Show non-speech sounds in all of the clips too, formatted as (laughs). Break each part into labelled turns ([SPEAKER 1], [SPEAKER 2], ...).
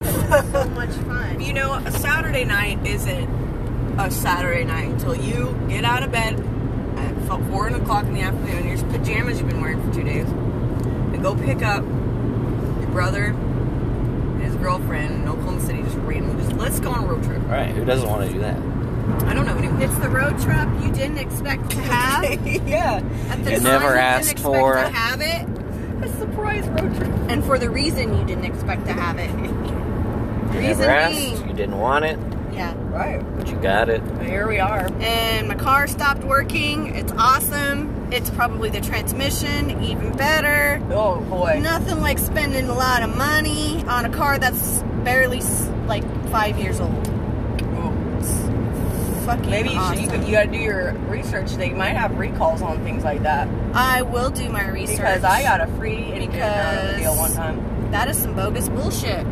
[SPEAKER 1] It's so much fun.
[SPEAKER 2] You know, a Saturday night isn't a Saturday night until you get out of bed at f- four o'clock in the afternoon. Your pajamas you've been wearing for two days, and go pick up your brother and his girlfriend in Oklahoma City. Just randomly, just let's go on a road trip.
[SPEAKER 3] All right, who doesn't want to do that?
[SPEAKER 2] I don't know anyone.
[SPEAKER 1] It's the road trip you didn't expect to have. at
[SPEAKER 2] (laughs) yeah.
[SPEAKER 1] the
[SPEAKER 3] You
[SPEAKER 1] time
[SPEAKER 3] never
[SPEAKER 1] didn't
[SPEAKER 3] asked
[SPEAKER 1] expect
[SPEAKER 3] for.
[SPEAKER 1] to have it,
[SPEAKER 2] A surprise road trip.
[SPEAKER 1] and for the reason you didn't expect to have it.
[SPEAKER 3] You
[SPEAKER 1] Reason
[SPEAKER 3] never asked,
[SPEAKER 1] being-
[SPEAKER 3] you didn't want it,
[SPEAKER 1] Yeah.
[SPEAKER 2] Right.
[SPEAKER 3] but you got it.
[SPEAKER 2] Here we are.
[SPEAKER 1] and my car stopped working. It's awesome. It's probably the transmission, even better.
[SPEAKER 2] Oh boy.
[SPEAKER 1] Nothing like spending a lot of money on a car that's barely s- like five years old.
[SPEAKER 2] Oh.
[SPEAKER 1] Fucking
[SPEAKER 2] Maybe you, should,
[SPEAKER 1] awesome.
[SPEAKER 2] you, could- you gotta do your research. They might have recalls on things like that
[SPEAKER 1] I will do my research
[SPEAKER 2] because I got a free independent out of the deal one
[SPEAKER 1] Because-
[SPEAKER 2] time.
[SPEAKER 1] that is some bogus bullshit.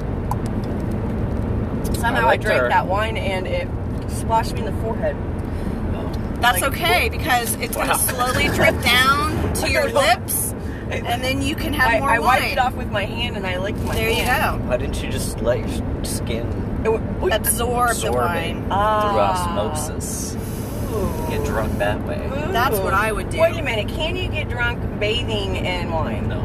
[SPEAKER 2] Somehow I,
[SPEAKER 3] liked
[SPEAKER 2] drank
[SPEAKER 3] her.
[SPEAKER 2] that wine and it splashed me in the forehead.
[SPEAKER 1] That's
[SPEAKER 2] Like-
[SPEAKER 1] okay because it's
[SPEAKER 3] Wow.
[SPEAKER 1] gonna slowly drip
[SPEAKER 2] (laughs)
[SPEAKER 1] down to your
[SPEAKER 2] No.
[SPEAKER 1] lips, and then you can have
[SPEAKER 2] I,
[SPEAKER 1] more
[SPEAKER 2] I
[SPEAKER 1] wine.
[SPEAKER 2] wiped it off with my hand and I licked my
[SPEAKER 1] There you
[SPEAKER 2] hand.
[SPEAKER 1] go.
[SPEAKER 3] Why didn't you just let your skin
[SPEAKER 2] There you
[SPEAKER 1] Absorb, the
[SPEAKER 3] absorb
[SPEAKER 1] wine.
[SPEAKER 3] it
[SPEAKER 2] Ah.
[SPEAKER 3] through osmosis? Get drunk that way?
[SPEAKER 1] That's what I would do.
[SPEAKER 2] Wait a minute. Can you get drunk bathing in wine?
[SPEAKER 3] No.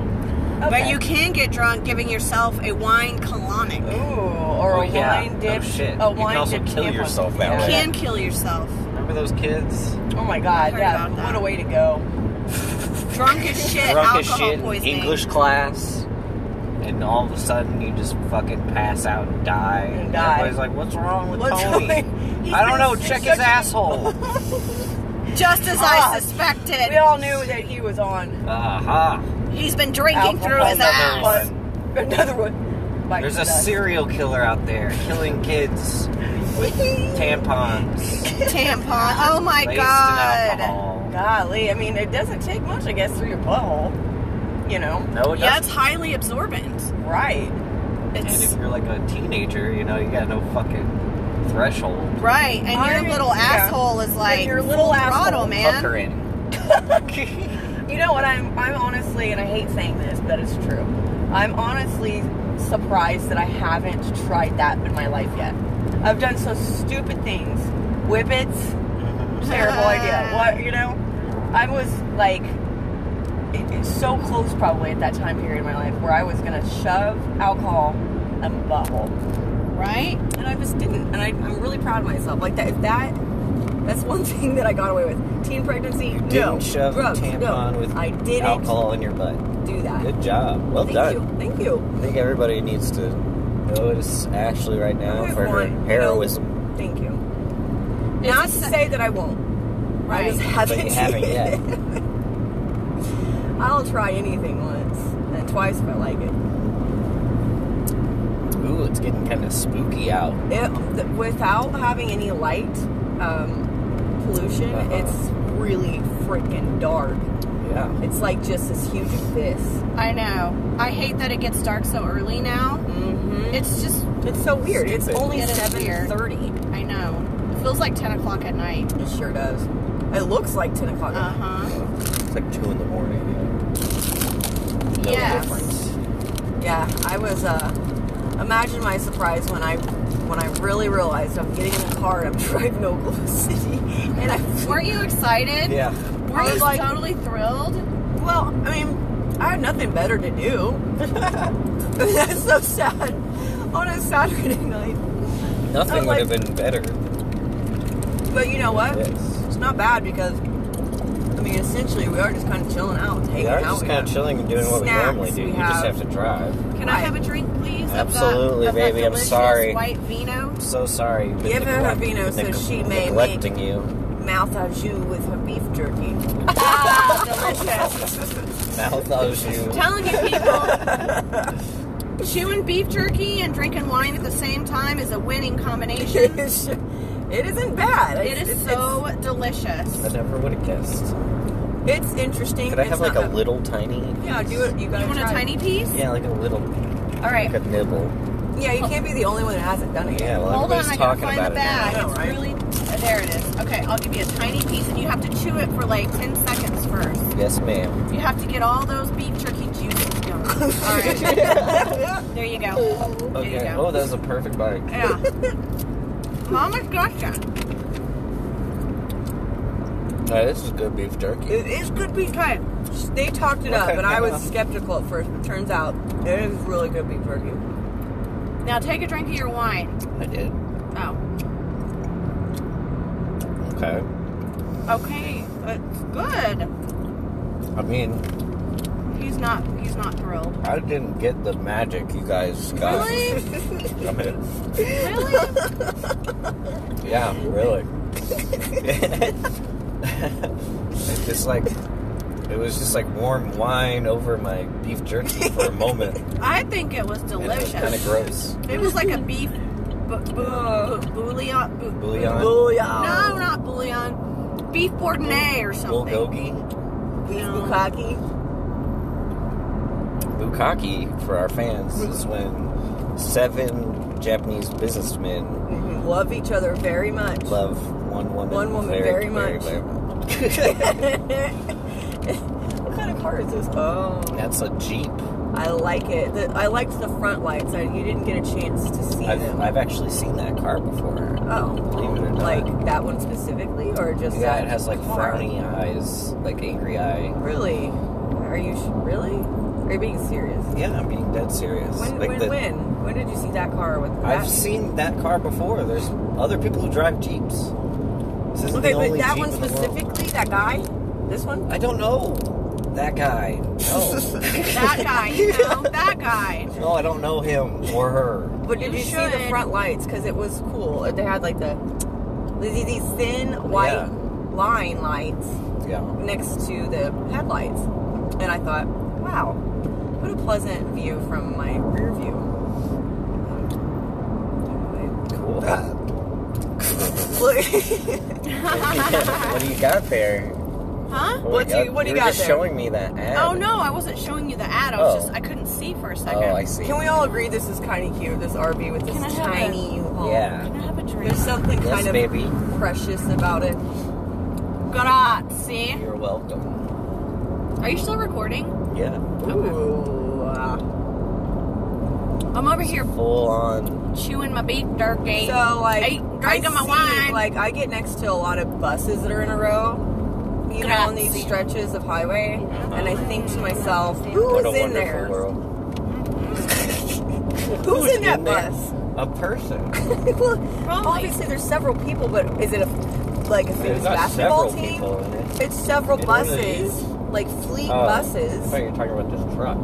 [SPEAKER 1] But you can get drunk giving yourself a wine colonic.
[SPEAKER 2] Ooh, or
[SPEAKER 3] Oh,
[SPEAKER 2] a
[SPEAKER 3] yeah.
[SPEAKER 2] wine
[SPEAKER 3] No
[SPEAKER 2] dip.
[SPEAKER 3] shit.
[SPEAKER 2] A
[SPEAKER 3] You can
[SPEAKER 2] wine
[SPEAKER 3] also
[SPEAKER 2] dip
[SPEAKER 3] kill
[SPEAKER 2] camp one.
[SPEAKER 3] yourself that way.
[SPEAKER 1] Can kill yourself.
[SPEAKER 3] Remember those kids?
[SPEAKER 2] Oh my god,
[SPEAKER 1] heard
[SPEAKER 2] yeah.
[SPEAKER 1] about that.
[SPEAKER 2] What a way to go.
[SPEAKER 1] Drunk as shit,
[SPEAKER 3] drunk as
[SPEAKER 1] alcohol
[SPEAKER 3] shit in
[SPEAKER 1] poisoning.
[SPEAKER 3] English class, and all of a sudden you just fucking pass out and die.
[SPEAKER 2] And
[SPEAKER 3] And
[SPEAKER 2] die.
[SPEAKER 3] everybody's like, "What's wrong with
[SPEAKER 2] What's
[SPEAKER 3] Tony?" (laughs)
[SPEAKER 2] wrong- He's
[SPEAKER 3] I don't
[SPEAKER 2] been
[SPEAKER 3] know.
[SPEAKER 2] s-
[SPEAKER 3] Check
[SPEAKER 2] such
[SPEAKER 3] his
[SPEAKER 2] a- (laughs)
[SPEAKER 3] asshole.
[SPEAKER 1] Just as
[SPEAKER 2] Ah,
[SPEAKER 1] I suspected.
[SPEAKER 2] We all knew that he was on
[SPEAKER 3] Aha!
[SPEAKER 1] He's been drinking through
[SPEAKER 2] alcohol.
[SPEAKER 1] his
[SPEAKER 3] Another
[SPEAKER 1] ass.
[SPEAKER 3] one.
[SPEAKER 2] Another one. Bites
[SPEAKER 3] There's a
[SPEAKER 2] us.
[SPEAKER 3] serial killer out there
[SPEAKER 2] (laughs)
[SPEAKER 3] killing kids with tampons
[SPEAKER 1] Tampon. Oh my
[SPEAKER 3] laced in
[SPEAKER 1] god.
[SPEAKER 3] alcohol.
[SPEAKER 2] Golly, I mean, it doesn't take much, I guess, through your butthole. You know,
[SPEAKER 3] No, it
[SPEAKER 1] Yeah, it's
[SPEAKER 3] doesn't.
[SPEAKER 1] highly absorbent.
[SPEAKER 3] (laughs)
[SPEAKER 2] right?
[SPEAKER 3] And if
[SPEAKER 1] It's
[SPEAKER 3] you're like a teenager, you know you got no fucking threshold.
[SPEAKER 1] right, and
[SPEAKER 2] I-
[SPEAKER 1] your little
[SPEAKER 2] yeah.
[SPEAKER 1] asshole is like
[SPEAKER 2] your little
[SPEAKER 1] full
[SPEAKER 2] asshole
[SPEAKER 1] throttle,
[SPEAKER 3] Fuck her
[SPEAKER 1] man.
[SPEAKER 3] in.
[SPEAKER 2] You know what? I'm, I'm honestly, and I hate saying this, but it's true. I'm honestly surprised that I haven't tried that in my life yet. I've done so stupid things, whippets, terrible idea. What you know? I was like it- it's so close probably at that time period in my life where I was gonna shove alcohol in my butthole,
[SPEAKER 1] Right?
[SPEAKER 2] and I just didn't. And I, I'm really proud of myself. Like that, that that's one (laughs) thing that I got away with. Teen pregnancy,
[SPEAKER 3] Didn't
[SPEAKER 2] no.
[SPEAKER 3] shove
[SPEAKER 2] Drugs,
[SPEAKER 3] a tampon
[SPEAKER 2] no.
[SPEAKER 3] with
[SPEAKER 2] I didn't
[SPEAKER 3] alcohol in your butt.
[SPEAKER 2] do that.
[SPEAKER 3] Good job. Well
[SPEAKER 2] Thank
[SPEAKER 3] done.
[SPEAKER 2] you. Thank you.
[SPEAKER 3] I think everybody needs to notice Ashley right now
[SPEAKER 2] Good
[SPEAKER 3] for her
[SPEAKER 2] one.
[SPEAKER 3] heroism.
[SPEAKER 2] Thank you.
[SPEAKER 1] It's
[SPEAKER 2] Not to
[SPEAKER 1] a-
[SPEAKER 2] say that I won't. I
[SPEAKER 1] Right.
[SPEAKER 2] just haven't.
[SPEAKER 3] But you haven't yet.
[SPEAKER 2] (laughs) I'll try anything once and twice if I like it.
[SPEAKER 3] Ooh, it's getting kind of spooky out.
[SPEAKER 2] it th- without having any light um, pollution
[SPEAKER 3] Uh-huh.
[SPEAKER 2] it's really freaking dark
[SPEAKER 3] Yeah.
[SPEAKER 2] it's like just this huge abyss
[SPEAKER 1] I know. I hate that it gets dark so early now.
[SPEAKER 2] mm-hmm.
[SPEAKER 1] It's just
[SPEAKER 2] it's so weird it's
[SPEAKER 3] Stupid.
[SPEAKER 2] only
[SPEAKER 1] It is weird.
[SPEAKER 2] 7.30
[SPEAKER 1] I know. It feels like ten o'clock at night.
[SPEAKER 2] it sure does it looks like 10 o'clock
[SPEAKER 1] Uh huh.
[SPEAKER 3] It's like 2 in the morning. No
[SPEAKER 1] Yes.
[SPEAKER 3] difference.
[SPEAKER 2] yeah i was uh imagine my surprise when i when i really realized i'm getting in the car and i'm (laughs) driving to oklahoma city and i
[SPEAKER 1] (laughs) Weren't you excited?
[SPEAKER 3] Yeah.
[SPEAKER 1] Were
[SPEAKER 2] I was
[SPEAKER 1] you
[SPEAKER 2] like-
[SPEAKER 1] totally thrilled?
[SPEAKER 2] Well, I mean, I had nothing better to do. (laughs) That's so sad. On a Saturday (laughs) night.
[SPEAKER 3] Nothing
[SPEAKER 2] I'm
[SPEAKER 3] would
[SPEAKER 2] like-
[SPEAKER 3] have been better than
[SPEAKER 2] But you know what?
[SPEAKER 3] this.
[SPEAKER 2] It's not bad because, I mean, essentially we are just kind of chilling out, and hanging
[SPEAKER 3] We are
[SPEAKER 2] out.
[SPEAKER 3] just kind of chilling and doing what
[SPEAKER 2] Snacks
[SPEAKER 3] we normally do.
[SPEAKER 2] we
[SPEAKER 3] you
[SPEAKER 2] have.
[SPEAKER 3] just have to drive.
[SPEAKER 1] Can I
[SPEAKER 2] Right.
[SPEAKER 1] have a drink, please?
[SPEAKER 3] Absolutely,
[SPEAKER 1] of that, of
[SPEAKER 3] baby,
[SPEAKER 1] That
[SPEAKER 3] I'm
[SPEAKER 1] delicious
[SPEAKER 3] sorry.
[SPEAKER 1] White vino.
[SPEAKER 3] I'm so sorry. You've been
[SPEAKER 2] Give her her
[SPEAKER 3] neglect-
[SPEAKER 2] vino so
[SPEAKER 3] neg-
[SPEAKER 2] she may
[SPEAKER 3] neglecting you.
[SPEAKER 2] Mouth au jus with her beef jerky. (laughs)
[SPEAKER 1] Ah, delicious.
[SPEAKER 3] Mouth loves you.
[SPEAKER 1] Telling you people, chewing beef jerky and drinking wine at the same time is a winning combination. it
[SPEAKER 2] it isn't bad. It's-
[SPEAKER 1] is
[SPEAKER 2] it's-
[SPEAKER 1] so delicious.
[SPEAKER 3] I never would have guessed.
[SPEAKER 2] It's, it's interesting.
[SPEAKER 3] Could I
[SPEAKER 2] It's
[SPEAKER 3] have like a
[SPEAKER 2] not
[SPEAKER 3] little tiny?
[SPEAKER 2] Yeah, do it. You gotta
[SPEAKER 1] You want a
[SPEAKER 2] try. it.
[SPEAKER 1] tiny piece?
[SPEAKER 3] Yeah, like a little.
[SPEAKER 1] All right.
[SPEAKER 3] Like a nibble.
[SPEAKER 2] Yeah, you can't be the only one that hasn't done it
[SPEAKER 3] Yeah,
[SPEAKER 2] yet.
[SPEAKER 3] well,
[SPEAKER 1] Hold on,
[SPEAKER 3] everybody's
[SPEAKER 1] I gotta
[SPEAKER 3] talking
[SPEAKER 1] find
[SPEAKER 3] about
[SPEAKER 1] the
[SPEAKER 3] it. now.
[SPEAKER 1] bag.
[SPEAKER 2] now. I know,
[SPEAKER 1] it's
[SPEAKER 2] right?
[SPEAKER 1] really uh, there. It is. Okay, I'll give you a tiny piece, and you have to chew it for like ten seconds first.
[SPEAKER 3] Yes, ma'am.
[SPEAKER 1] You have to get all those beef jerky juices going.
[SPEAKER 3] (laughs)
[SPEAKER 1] There you go.
[SPEAKER 3] Okay.
[SPEAKER 1] go.
[SPEAKER 3] Oh, that was a perfect bite.
[SPEAKER 1] Yeah. Mama's gotcha.
[SPEAKER 3] Hey, this is good beef jerky.
[SPEAKER 2] It is good beef.
[SPEAKER 1] Okay.
[SPEAKER 2] They talked it up,
[SPEAKER 3] Okay,
[SPEAKER 2] and I
[SPEAKER 3] enough.
[SPEAKER 2] was skeptical at first, but turns out it is really good beef jerky.
[SPEAKER 1] Now take a drink of your wine.
[SPEAKER 3] I did.
[SPEAKER 1] Oh.
[SPEAKER 3] Okay.
[SPEAKER 1] Okay. It's good.
[SPEAKER 3] I mean,
[SPEAKER 1] He's not. He's not thrilled.
[SPEAKER 3] I didn't get the magic you guys got.
[SPEAKER 2] (laughs)
[SPEAKER 1] Really?
[SPEAKER 3] I mean, (laughs)
[SPEAKER 1] really?
[SPEAKER 3] yeah,
[SPEAKER 2] (laughs)
[SPEAKER 3] really. it's just like it was just like warm wine over my beef jerky for a moment.
[SPEAKER 1] I think it was
[SPEAKER 3] And it was
[SPEAKER 1] delicious.
[SPEAKER 3] kind of gross.
[SPEAKER 1] It was like a beef bu- bu- bu- bouillon. Bu-
[SPEAKER 3] Bouillon.
[SPEAKER 1] No, not bouillon. Beef bourguignon or something.
[SPEAKER 3] Bulgogi.
[SPEAKER 2] Beef
[SPEAKER 1] No.
[SPEAKER 2] bukkake.
[SPEAKER 3] Bukkake for our fans is when seven Japanese businessmen
[SPEAKER 2] Mm-hmm. Love each other very much. (laughs)
[SPEAKER 3] love one woman,
[SPEAKER 2] One woman very much. what kind of car is this? Oh,
[SPEAKER 3] That's a Jeep.
[SPEAKER 2] I like it. The, I liked the front lights. I, you didn't get a chance to see
[SPEAKER 3] I've,
[SPEAKER 2] them.
[SPEAKER 3] I've actually seen that car before.
[SPEAKER 2] oh,
[SPEAKER 3] Believe it or not.
[SPEAKER 2] like that one specifically, or just
[SPEAKER 3] yeah,
[SPEAKER 2] that
[SPEAKER 3] it has like
[SPEAKER 2] car?
[SPEAKER 3] frowny eyes, like angry eye.
[SPEAKER 2] Really? Are you sh- really? Are you being serious?
[SPEAKER 3] Yeah, I'm being dead serious.
[SPEAKER 2] When
[SPEAKER 3] like
[SPEAKER 2] when,
[SPEAKER 3] the,
[SPEAKER 2] when when did you see that car with that?
[SPEAKER 3] I've seen that car before. There's other people who drive Jeeps. This isn't
[SPEAKER 2] Okay, but
[SPEAKER 3] the only
[SPEAKER 2] that
[SPEAKER 3] Jeep
[SPEAKER 2] one
[SPEAKER 3] in the world.
[SPEAKER 2] specifically, that guy, this one.
[SPEAKER 3] I don't know that guy.
[SPEAKER 2] (laughs)
[SPEAKER 3] No.
[SPEAKER 1] That guy,
[SPEAKER 3] (laughs)
[SPEAKER 1] you know, that guy.
[SPEAKER 3] no, I don't know him or her.
[SPEAKER 2] But did
[SPEAKER 1] You
[SPEAKER 2] you, see the
[SPEAKER 1] should.
[SPEAKER 2] front lights? Because it was cool. They had like the these these thin white
[SPEAKER 3] Yeah.
[SPEAKER 2] line lights
[SPEAKER 3] Yeah.
[SPEAKER 2] next to the headlights, and I thought, wow, what a pleasant view from my rear view. Anyway. (laughs)
[SPEAKER 3] Cool.
[SPEAKER 2] Look- (laughs)
[SPEAKER 3] what do you got there?
[SPEAKER 1] Huh?
[SPEAKER 3] Oh my
[SPEAKER 2] What do you-
[SPEAKER 3] God,
[SPEAKER 2] what do you
[SPEAKER 3] were
[SPEAKER 2] got
[SPEAKER 3] just
[SPEAKER 2] there?
[SPEAKER 3] showing me that ad.
[SPEAKER 1] Oh no, I wasn't showing you the ad. I was
[SPEAKER 3] Oh.
[SPEAKER 1] just I couldn't see for a
[SPEAKER 3] Oh,
[SPEAKER 1] second.
[SPEAKER 3] I see.
[SPEAKER 2] Can we all agree this is kind of cute? This RV with this
[SPEAKER 1] Can I have
[SPEAKER 2] tiny U-Haul.
[SPEAKER 3] Yeah.
[SPEAKER 1] Can I have a drink?
[SPEAKER 2] There's something
[SPEAKER 3] Yes,
[SPEAKER 2] kind of
[SPEAKER 3] baby.
[SPEAKER 2] precious about it.
[SPEAKER 1] Grazie.
[SPEAKER 3] You're welcome.
[SPEAKER 1] Are you still recording?
[SPEAKER 3] Yeah.
[SPEAKER 2] Ooh. uh,
[SPEAKER 1] I'm over here
[SPEAKER 3] Full on.
[SPEAKER 1] chewing my beef jerky.
[SPEAKER 2] So like,
[SPEAKER 1] Hey, drink
[SPEAKER 2] I
[SPEAKER 1] of my
[SPEAKER 2] see,
[SPEAKER 1] wine.
[SPEAKER 2] Like I get next to a lot of buses that are in a row, you know, on these
[SPEAKER 1] Grazie.
[SPEAKER 2] stretches of highway, and I think to myself,
[SPEAKER 3] What
[SPEAKER 2] who's
[SPEAKER 3] a
[SPEAKER 2] in
[SPEAKER 3] wonderful
[SPEAKER 2] there?
[SPEAKER 3] world.
[SPEAKER 2] Who's in that
[SPEAKER 3] in there?
[SPEAKER 2] bus?
[SPEAKER 3] A person.
[SPEAKER 1] Probably.
[SPEAKER 2] Obviously, there's several people, but is it a like a
[SPEAKER 3] There's
[SPEAKER 2] famous
[SPEAKER 3] not
[SPEAKER 2] basketball
[SPEAKER 3] several
[SPEAKER 2] team?
[SPEAKER 3] people in it.
[SPEAKER 2] It's several
[SPEAKER 3] In one of
[SPEAKER 2] buses,
[SPEAKER 3] these?
[SPEAKER 2] like fleet
[SPEAKER 3] Oh. I thought
[SPEAKER 2] buses.
[SPEAKER 3] you were talking about this truck.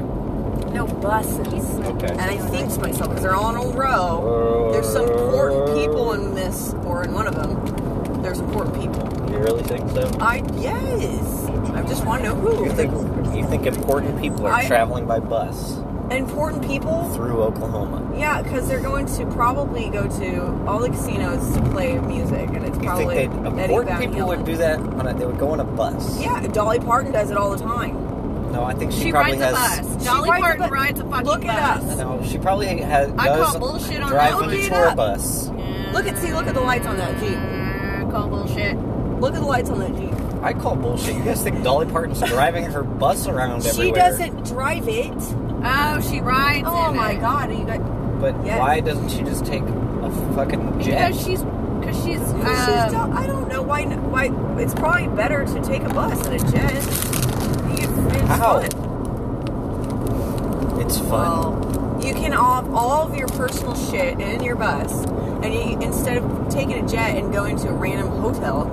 [SPEAKER 2] No buses. And
[SPEAKER 3] Okay.
[SPEAKER 2] I think to myself, because they're all in a row, there's some important people in this, or in one of them, there's important people.
[SPEAKER 3] You really think so?
[SPEAKER 2] I, yes. I just want to know
[SPEAKER 3] You think,
[SPEAKER 2] who.
[SPEAKER 3] you think important people are
[SPEAKER 2] I-
[SPEAKER 3] traveling by bus
[SPEAKER 2] Important people?
[SPEAKER 3] through Oklahoma?
[SPEAKER 2] Yeah, because they're going to probably go to all the casinos to play music, and it's
[SPEAKER 3] You think
[SPEAKER 2] probably
[SPEAKER 3] that
[SPEAKER 2] Eddie
[SPEAKER 3] important
[SPEAKER 2] Van
[SPEAKER 3] people would
[SPEAKER 2] Halen.
[SPEAKER 3] do that? On a, they would go on a bus.
[SPEAKER 2] Yeah, Dolly Parton does it all the time.
[SPEAKER 3] No, I think she,
[SPEAKER 1] she
[SPEAKER 3] probably
[SPEAKER 1] rides
[SPEAKER 3] has.
[SPEAKER 1] a bus.
[SPEAKER 2] She
[SPEAKER 1] Dolly
[SPEAKER 2] rides a
[SPEAKER 1] Parton
[SPEAKER 2] bu-
[SPEAKER 1] rides a fucking
[SPEAKER 2] Look it
[SPEAKER 1] bus.
[SPEAKER 2] up.
[SPEAKER 3] No, she probably has.
[SPEAKER 1] I
[SPEAKER 3] does
[SPEAKER 1] call bullshit on
[SPEAKER 3] drive
[SPEAKER 1] that.
[SPEAKER 3] a
[SPEAKER 1] Look it
[SPEAKER 3] tour
[SPEAKER 2] up.
[SPEAKER 3] bus.
[SPEAKER 1] Yeah.
[SPEAKER 2] Look at see, look at the lights on that Jeep.
[SPEAKER 1] Yeah, I call Mm, bullshit.
[SPEAKER 2] Look at the lights on that Jeep.
[SPEAKER 3] I call bullshit. You guys think Dolly
[SPEAKER 1] (laughs)
[SPEAKER 3] Parton's driving her bus around
[SPEAKER 2] She
[SPEAKER 3] everywhere?
[SPEAKER 2] doesn't drive it.
[SPEAKER 1] Oh, she rides.
[SPEAKER 2] Oh
[SPEAKER 1] in
[SPEAKER 2] my
[SPEAKER 1] it.
[SPEAKER 2] god, are you guys?
[SPEAKER 3] But
[SPEAKER 2] Yes.
[SPEAKER 3] why doesn't she just take a fucking jet?
[SPEAKER 1] Because she's because she's
[SPEAKER 2] She's
[SPEAKER 1] uh,
[SPEAKER 2] still- um, I don't know why. Why it's probably better to take a bus than a jet. You can- It's
[SPEAKER 3] How?
[SPEAKER 2] fun.
[SPEAKER 3] It's fun.
[SPEAKER 2] Well, you can all all of your personal shit in your bus, and you instead of taking a jet and going to a random hotel,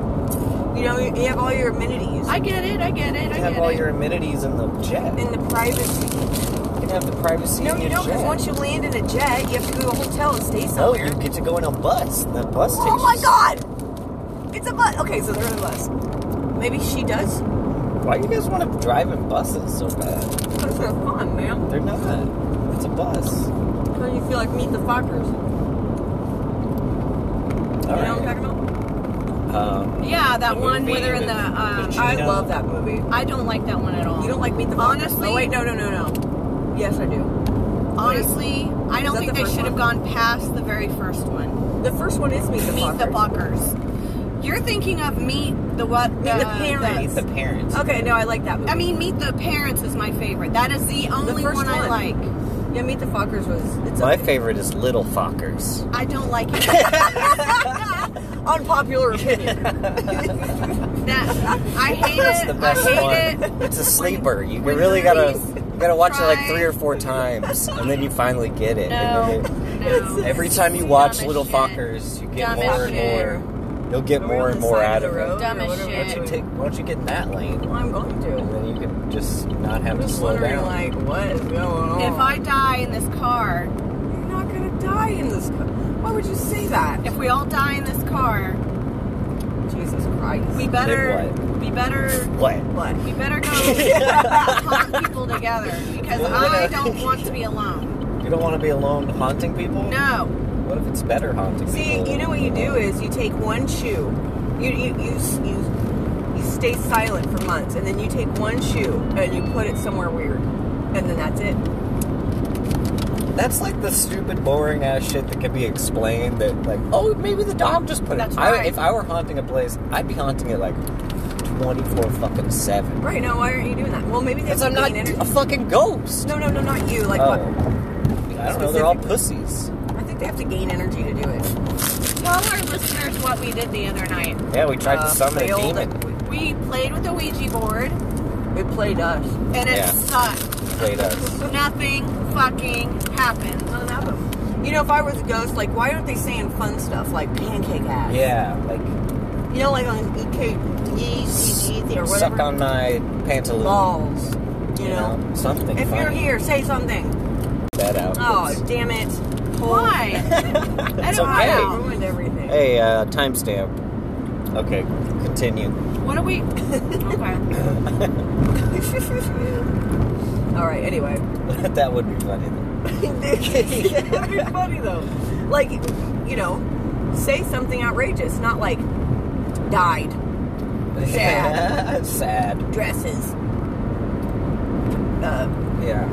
[SPEAKER 2] you know you have all your amenities
[SPEAKER 1] I get it. I get it. I
[SPEAKER 3] you have
[SPEAKER 1] get
[SPEAKER 3] all
[SPEAKER 1] it.
[SPEAKER 3] your amenities in the jet.
[SPEAKER 2] in the privacy.
[SPEAKER 3] you can have the privacy
[SPEAKER 2] No, you
[SPEAKER 3] in your
[SPEAKER 2] don't. Because
[SPEAKER 3] jet. Oh.
[SPEAKER 2] once you land in a jet, you have to go to a hotel and stay
[SPEAKER 3] no,
[SPEAKER 2] somewhere.
[SPEAKER 3] you get to go in a bus. The bus takes
[SPEAKER 2] oh my
[SPEAKER 3] you-
[SPEAKER 2] god! It's a bus. Okay, so they're in a bus. Maybe she does.
[SPEAKER 3] Why do you guys want to drive in buses so bad?
[SPEAKER 2] Because they're fun, man.
[SPEAKER 3] They're not. It's a bus.
[SPEAKER 2] Because you feel like meet the fuckers.
[SPEAKER 3] All
[SPEAKER 2] You know what
[SPEAKER 3] right.
[SPEAKER 2] I'm talking about?
[SPEAKER 3] Um,
[SPEAKER 1] Yeah, that
[SPEAKER 3] The
[SPEAKER 1] one
[SPEAKER 3] movie
[SPEAKER 1] where they're in
[SPEAKER 3] with
[SPEAKER 1] the. Um,
[SPEAKER 3] the
[SPEAKER 1] I,
[SPEAKER 2] I
[SPEAKER 3] Gina.
[SPEAKER 2] love that movie.
[SPEAKER 1] I don't like that one at all.
[SPEAKER 2] You don't like meet the fuckers?
[SPEAKER 1] Honestly-
[SPEAKER 2] Oh wait, no, no, no, no. Yes, I do.
[SPEAKER 1] Honestly, I
[SPEAKER 2] that
[SPEAKER 1] don't think
[SPEAKER 2] the
[SPEAKER 1] they
[SPEAKER 2] first
[SPEAKER 1] should have
[SPEAKER 2] one?
[SPEAKER 1] gone past the very first one.
[SPEAKER 2] The first one is Meet the
[SPEAKER 1] Meet the
[SPEAKER 2] Fockers.
[SPEAKER 1] Buckers. You're thinking of meet the what?
[SPEAKER 2] Meet the Parents.
[SPEAKER 3] The parents.
[SPEAKER 2] Okay, no, I like that movie.
[SPEAKER 1] I mean, Meet the Parents is my favorite. That is the only
[SPEAKER 2] first
[SPEAKER 1] one,
[SPEAKER 2] one.
[SPEAKER 1] I like.
[SPEAKER 2] yeah, Meet the Fockers was it's
[SPEAKER 3] My
[SPEAKER 2] a,
[SPEAKER 3] favorite is Little Fockers.
[SPEAKER 1] I don't like
[SPEAKER 2] (laughs)
[SPEAKER 1] it.
[SPEAKER 3] (laughs)
[SPEAKER 2] unpopular opinion.
[SPEAKER 1] that I hate
[SPEAKER 3] That's
[SPEAKER 1] it.
[SPEAKER 3] the best
[SPEAKER 1] I hate it.
[SPEAKER 2] (laughs)
[SPEAKER 3] one. It's a sleeper. You
[SPEAKER 1] when
[SPEAKER 3] really gotta
[SPEAKER 1] Clarice
[SPEAKER 3] you gotta watch it like
[SPEAKER 1] cries.
[SPEAKER 3] three or four times, and then you finally get it.
[SPEAKER 1] No,
[SPEAKER 2] (laughs)
[SPEAKER 3] And then
[SPEAKER 1] no.
[SPEAKER 3] it- every time you watch
[SPEAKER 1] Dumb as
[SPEAKER 3] Little
[SPEAKER 1] shit.
[SPEAKER 3] Fockers, you get
[SPEAKER 1] Dumb as
[SPEAKER 3] more and
[SPEAKER 1] shit.
[SPEAKER 3] more. You'll get
[SPEAKER 2] Are we
[SPEAKER 3] more
[SPEAKER 2] on
[SPEAKER 3] and
[SPEAKER 2] the
[SPEAKER 3] more
[SPEAKER 2] side
[SPEAKER 3] out
[SPEAKER 2] of
[SPEAKER 3] of
[SPEAKER 2] the
[SPEAKER 3] it.
[SPEAKER 2] road?
[SPEAKER 1] Dumb
[SPEAKER 2] or
[SPEAKER 1] as
[SPEAKER 2] whatever?
[SPEAKER 1] shit.
[SPEAKER 3] Why don't you take? Why don't you get in that lane?
[SPEAKER 2] I'm going
[SPEAKER 3] And
[SPEAKER 2] to.
[SPEAKER 3] then you can just not have
[SPEAKER 2] I'm
[SPEAKER 3] to
[SPEAKER 2] just
[SPEAKER 3] slow
[SPEAKER 2] wondering,
[SPEAKER 3] down.
[SPEAKER 2] like, what is going on?
[SPEAKER 1] If I die in this car,
[SPEAKER 2] You're not gonna die in this. co- Why would you say that?
[SPEAKER 1] if we all die in this car,
[SPEAKER 2] Jesus Christ.
[SPEAKER 1] we better
[SPEAKER 3] Then
[SPEAKER 1] we better
[SPEAKER 3] what?
[SPEAKER 2] what?
[SPEAKER 1] we better
[SPEAKER 2] (laughs)
[SPEAKER 1] go hunt people together because
[SPEAKER 3] We're
[SPEAKER 1] I
[SPEAKER 3] gonna-
[SPEAKER 1] don't want to be alone.
[SPEAKER 3] You don't want to be alone haunting people?
[SPEAKER 1] No.
[SPEAKER 3] What if it's better haunting
[SPEAKER 2] See,
[SPEAKER 3] people?
[SPEAKER 2] you know what you do is you take one shoe, you you you s- you, you stay silent for months, and then you take one shoe and you put it somewhere weird, and then that's it.
[SPEAKER 3] That's like the stupid, boring ass shit that can be explained. That like, oh, maybe the dog just put
[SPEAKER 1] That's
[SPEAKER 3] it. I-
[SPEAKER 1] right.
[SPEAKER 3] if I were haunting a place, I'd be haunting it like twenty four fucking seven.
[SPEAKER 2] Right now, why aren't you doing that? Well, maybe they
[SPEAKER 3] Because
[SPEAKER 2] have
[SPEAKER 3] I'm not
[SPEAKER 2] mean energy.
[SPEAKER 3] a fucking ghost.
[SPEAKER 2] No, no, no, not you. Like,
[SPEAKER 3] oh,
[SPEAKER 2] what-
[SPEAKER 3] I don't know. They're all pussies.
[SPEAKER 2] I think they have to gain energy to do it.
[SPEAKER 1] Tell our listeners what we did the other night.
[SPEAKER 3] Yeah, we tried
[SPEAKER 2] Uh,
[SPEAKER 3] to summon a
[SPEAKER 2] they all-
[SPEAKER 3] demon.
[SPEAKER 1] We played with the Ouija board
[SPEAKER 2] It played us.
[SPEAKER 1] and it
[SPEAKER 3] Yeah.
[SPEAKER 1] sucked.
[SPEAKER 3] Played us.
[SPEAKER 1] Nothing fucking happened.
[SPEAKER 2] Nothing happened. You know, if I was a ghost, like, why aren't they saying fun stuff like pancake ass?
[SPEAKER 3] Yeah, like
[SPEAKER 2] You know, like on E EKG or whatever.
[SPEAKER 3] suck on my pantaloons.
[SPEAKER 2] balls. You
[SPEAKER 3] you
[SPEAKER 2] know.
[SPEAKER 3] know, something.
[SPEAKER 2] If you're
[SPEAKER 3] funny.
[SPEAKER 2] here, say something.
[SPEAKER 3] that out.
[SPEAKER 2] Oh, damn it. (laughs)
[SPEAKER 1] Why? I
[SPEAKER 3] It's
[SPEAKER 1] don't
[SPEAKER 3] okay.
[SPEAKER 2] I
[SPEAKER 1] know.
[SPEAKER 2] ruined everything.
[SPEAKER 3] Hey, uh, timestamp. Okay, continue. (laughs)
[SPEAKER 1] What are we? Okay.
[SPEAKER 2] (laughs) All right. Anyway,
[SPEAKER 3] that would be funny.
[SPEAKER 2] that'd be funny though. Like, you know, say something outrageous, not like died Sad.
[SPEAKER 3] (laughs) Sad.
[SPEAKER 2] dresses. Uh,
[SPEAKER 3] Yeah.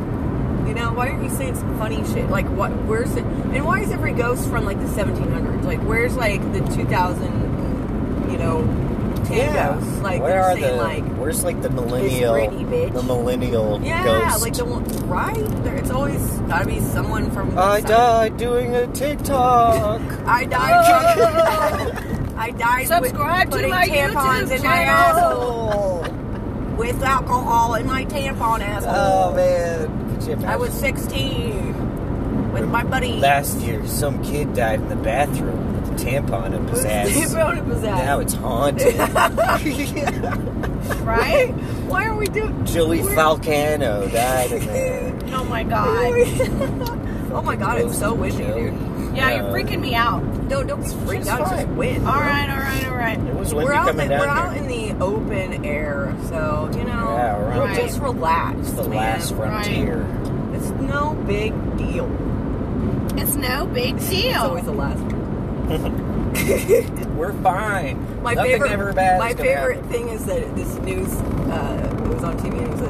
[SPEAKER 2] you know, why aren't you saying some funny shit? Like, what? Where's it? And why is every ghost from like the 1700s? Like, where's like the 2000? You know, ten ghosts? Like,
[SPEAKER 3] Where
[SPEAKER 2] they're
[SPEAKER 3] are
[SPEAKER 2] saying
[SPEAKER 3] the?
[SPEAKER 2] like.
[SPEAKER 3] where's like the millennial?
[SPEAKER 2] gritty bitch.
[SPEAKER 3] The millennial
[SPEAKER 2] Yeah,
[SPEAKER 3] ghost.
[SPEAKER 2] like the one, right? There, it's always gotta be someone from.
[SPEAKER 3] I
[SPEAKER 2] some-
[SPEAKER 3] died doing a
[SPEAKER 2] (laughs)
[SPEAKER 3] TikTok.
[SPEAKER 2] I
[SPEAKER 3] (laughs)
[SPEAKER 2] died. I died.
[SPEAKER 1] Subscribe to
[SPEAKER 2] with putting
[SPEAKER 1] my
[SPEAKER 2] tampons
[SPEAKER 1] YouTube
[SPEAKER 2] in my
[SPEAKER 1] channel.
[SPEAKER 2] asshole with alcohol in my tampon asshole.
[SPEAKER 3] oh man. Could you
[SPEAKER 2] I
[SPEAKER 3] imagine?
[SPEAKER 2] was 16 with my buddy. (laughs)
[SPEAKER 3] Last year, some kid died in the bathroom with a tampon up
[SPEAKER 2] (laughs)
[SPEAKER 3] his ass.
[SPEAKER 2] Tampon in his ass.
[SPEAKER 3] now
[SPEAKER 2] (laughs)
[SPEAKER 3] it's haunted. (laughs)
[SPEAKER 1] Right?
[SPEAKER 2] Why are we doing?
[SPEAKER 3] Joey
[SPEAKER 2] We're-
[SPEAKER 3] Falcano died in
[SPEAKER 2] (laughs)
[SPEAKER 3] there.
[SPEAKER 1] Oh my
[SPEAKER 2] Why are
[SPEAKER 1] god.
[SPEAKER 2] we- (laughs) oh my god, it's so wishy, dude.
[SPEAKER 1] Yeah, you're freaking me out.
[SPEAKER 2] Don't don't be freaked
[SPEAKER 3] It's
[SPEAKER 2] out. Just
[SPEAKER 3] fine.
[SPEAKER 2] win.
[SPEAKER 1] All right, all right, all right.
[SPEAKER 3] It was windy
[SPEAKER 2] We're out,
[SPEAKER 3] coming
[SPEAKER 2] in,
[SPEAKER 3] down
[SPEAKER 2] we're
[SPEAKER 3] here.
[SPEAKER 2] out in the open air, so you know,
[SPEAKER 3] Yeah, right.
[SPEAKER 2] we'll just relax.
[SPEAKER 3] It's the
[SPEAKER 2] man.
[SPEAKER 3] last frontier.
[SPEAKER 2] It's no big deal.
[SPEAKER 1] It's no big
[SPEAKER 2] It's always the
[SPEAKER 1] deal.
[SPEAKER 2] last.
[SPEAKER 3] We're fine.
[SPEAKER 2] My
[SPEAKER 3] Nothing
[SPEAKER 2] favorite,
[SPEAKER 3] ever bad. is
[SPEAKER 2] my
[SPEAKER 3] gonna
[SPEAKER 2] favorite
[SPEAKER 3] happen.
[SPEAKER 2] thing is that this news uh, it was on TV. and It was a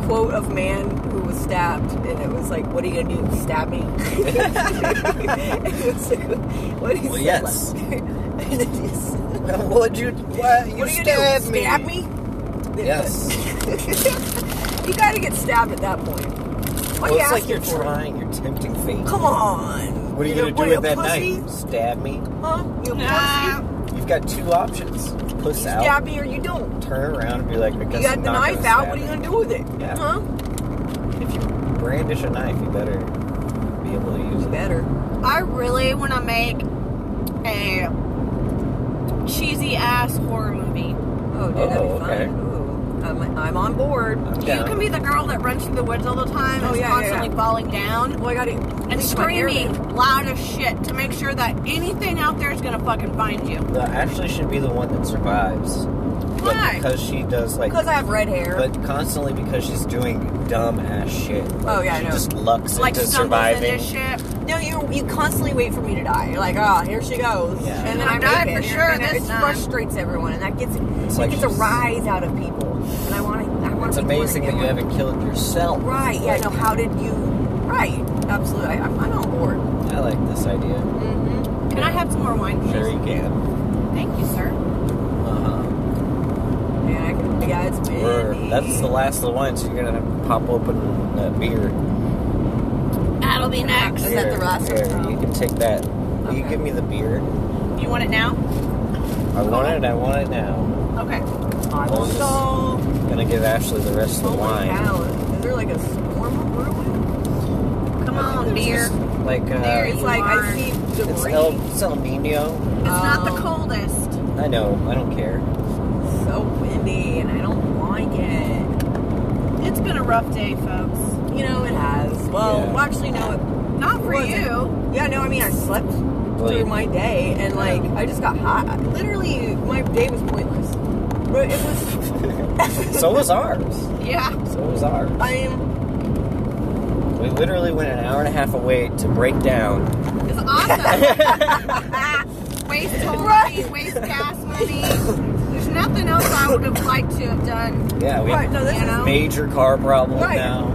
[SPEAKER 2] uh, quote of man who was stabbed, and it was like, "What are you gonna do? Stab me?" (laughs) it was like, what he
[SPEAKER 3] Well,
[SPEAKER 2] said, (laughs)
[SPEAKER 3] yes.
[SPEAKER 2] like- and then he said,
[SPEAKER 3] Would you? Why, you
[SPEAKER 2] what are you gonna
[SPEAKER 3] stab
[SPEAKER 2] do?
[SPEAKER 3] me?
[SPEAKER 2] Stab me? (laughs)
[SPEAKER 3] Yes.
[SPEAKER 2] you gotta get stabbed at that point. What are
[SPEAKER 3] well,
[SPEAKER 2] you
[SPEAKER 3] it's like
[SPEAKER 2] asking
[SPEAKER 3] you're
[SPEAKER 2] for?
[SPEAKER 3] trying. You're tempting fate.
[SPEAKER 2] Come on.
[SPEAKER 3] What are you,
[SPEAKER 2] know,
[SPEAKER 3] gonna do
[SPEAKER 2] what,
[SPEAKER 3] with that
[SPEAKER 2] pussy?
[SPEAKER 3] knife? Stab me.
[SPEAKER 2] Huh? You
[SPEAKER 1] Nah.
[SPEAKER 2] pussy?
[SPEAKER 3] You've got two options. Puss
[SPEAKER 2] You
[SPEAKER 3] out.
[SPEAKER 2] stab me or you don't.
[SPEAKER 3] Turn around and be like, I guess
[SPEAKER 2] You got
[SPEAKER 3] I'm
[SPEAKER 2] the
[SPEAKER 3] not
[SPEAKER 2] knife
[SPEAKER 3] gonna
[SPEAKER 2] out.
[SPEAKER 3] stab
[SPEAKER 2] What are you gonna do with it?
[SPEAKER 3] Yeah.
[SPEAKER 2] Huh?
[SPEAKER 3] If you brandish a knife, you better be able to use
[SPEAKER 2] You
[SPEAKER 3] it.
[SPEAKER 2] better.
[SPEAKER 1] I really want to make a cheesy ass horror movie.
[SPEAKER 2] Oh, dude, that'd be
[SPEAKER 3] Oh,
[SPEAKER 2] fun.
[SPEAKER 3] okay.
[SPEAKER 2] Ooh, I'm, I'm on board.
[SPEAKER 3] I'm
[SPEAKER 1] You
[SPEAKER 3] down.
[SPEAKER 1] can be the girl that runs through the woods all the time and
[SPEAKER 2] Oh,
[SPEAKER 1] is
[SPEAKER 2] yeah, yeah,
[SPEAKER 1] constantly
[SPEAKER 2] yeah.
[SPEAKER 1] falling down
[SPEAKER 2] Well, I gotta.
[SPEAKER 1] and screaming loud as shit to make sure that anything out there is gonna fucking find you.
[SPEAKER 3] Well, Ashley should be the one that survives. But
[SPEAKER 1] Why?
[SPEAKER 3] Because she does like.
[SPEAKER 2] Because I have red hair.
[SPEAKER 3] But constantly because she's doing dumb ass shit. Like,
[SPEAKER 2] Oh, yeah, I
[SPEAKER 3] she
[SPEAKER 2] know.
[SPEAKER 3] just lucks
[SPEAKER 1] Like
[SPEAKER 3] into
[SPEAKER 1] stumbles
[SPEAKER 3] surviving.
[SPEAKER 1] into shit.
[SPEAKER 2] no, you you constantly wait for me to die. You're like, ah, here she goes.
[SPEAKER 3] Yeah.
[SPEAKER 2] And then
[SPEAKER 1] I
[SPEAKER 2] I
[SPEAKER 1] died
[SPEAKER 2] make
[SPEAKER 1] for
[SPEAKER 2] it.
[SPEAKER 1] sure
[SPEAKER 2] And
[SPEAKER 1] this
[SPEAKER 2] it
[SPEAKER 1] time.
[SPEAKER 2] frustrates everyone, and that gets
[SPEAKER 3] It's
[SPEAKER 2] it
[SPEAKER 3] like
[SPEAKER 2] gets a
[SPEAKER 3] she's-
[SPEAKER 2] rise out of people. And I want to. I want
[SPEAKER 3] It's
[SPEAKER 2] to.
[SPEAKER 3] amazing that you
[SPEAKER 2] have.
[SPEAKER 3] haven't killed yourself.
[SPEAKER 2] Right. Yeah.
[SPEAKER 3] Like,
[SPEAKER 2] No. How did you? Right. Absolutely. I, I'm, I'm on board.
[SPEAKER 3] I like this idea.
[SPEAKER 2] Mm-hmm.
[SPEAKER 1] Can I have some more wine? please?
[SPEAKER 3] Sure you can.
[SPEAKER 1] Thank you, sir.
[SPEAKER 3] Uh-huh.
[SPEAKER 2] Man, I can, yeah, it's big.
[SPEAKER 3] We're, that's the last of the wine, so you're gonna have to pop open that beer.
[SPEAKER 1] That'll be next.
[SPEAKER 2] Is that the last one?
[SPEAKER 3] Here, You can take that. You
[SPEAKER 2] Okay.
[SPEAKER 3] give me the beer.
[SPEAKER 1] You want it now?
[SPEAKER 3] I want it. I want it now.
[SPEAKER 1] Okay. Oh,
[SPEAKER 2] I will go.
[SPEAKER 3] I'm gonna give Ashley the rest of the
[SPEAKER 2] Oh my
[SPEAKER 3] wine.
[SPEAKER 2] cow. Is there like a storm brewing?
[SPEAKER 1] Come on, beer.
[SPEAKER 3] It's like
[SPEAKER 1] Beer
[SPEAKER 3] uh,
[SPEAKER 1] is-
[SPEAKER 2] It's like
[SPEAKER 1] You are-
[SPEAKER 2] I see
[SPEAKER 3] it's
[SPEAKER 2] debris.
[SPEAKER 3] El, it's El Nino.
[SPEAKER 1] It's not the
[SPEAKER 2] Um,
[SPEAKER 1] coldest.
[SPEAKER 3] I know. I don't care.
[SPEAKER 2] so windy and I don't like it.
[SPEAKER 1] It's been a rough day, folks.
[SPEAKER 2] You know, it has. Well,
[SPEAKER 3] Yeah.
[SPEAKER 2] well, actually, no. It,
[SPEAKER 1] Not for
[SPEAKER 2] Was it?
[SPEAKER 1] you.
[SPEAKER 2] yeah, no, I mean, I slept
[SPEAKER 3] Well,
[SPEAKER 2] through
[SPEAKER 3] you-
[SPEAKER 2] my day and, like, I just got hot. I- Literally, my day was pointless. But it was,
[SPEAKER 3] so was ours.
[SPEAKER 1] Yeah.
[SPEAKER 3] So was ours.
[SPEAKER 2] I mean,
[SPEAKER 3] We literally went an hour and a half away to break down.
[SPEAKER 1] It's awesome. (laughs) waste toll money, waste gas money. There's nothing else I would have liked to have done.
[SPEAKER 3] Yeah, we
[SPEAKER 2] right,
[SPEAKER 3] have
[SPEAKER 2] no, this
[SPEAKER 1] you
[SPEAKER 2] is.
[SPEAKER 1] know?
[SPEAKER 3] major car problem
[SPEAKER 2] Right.
[SPEAKER 3] now.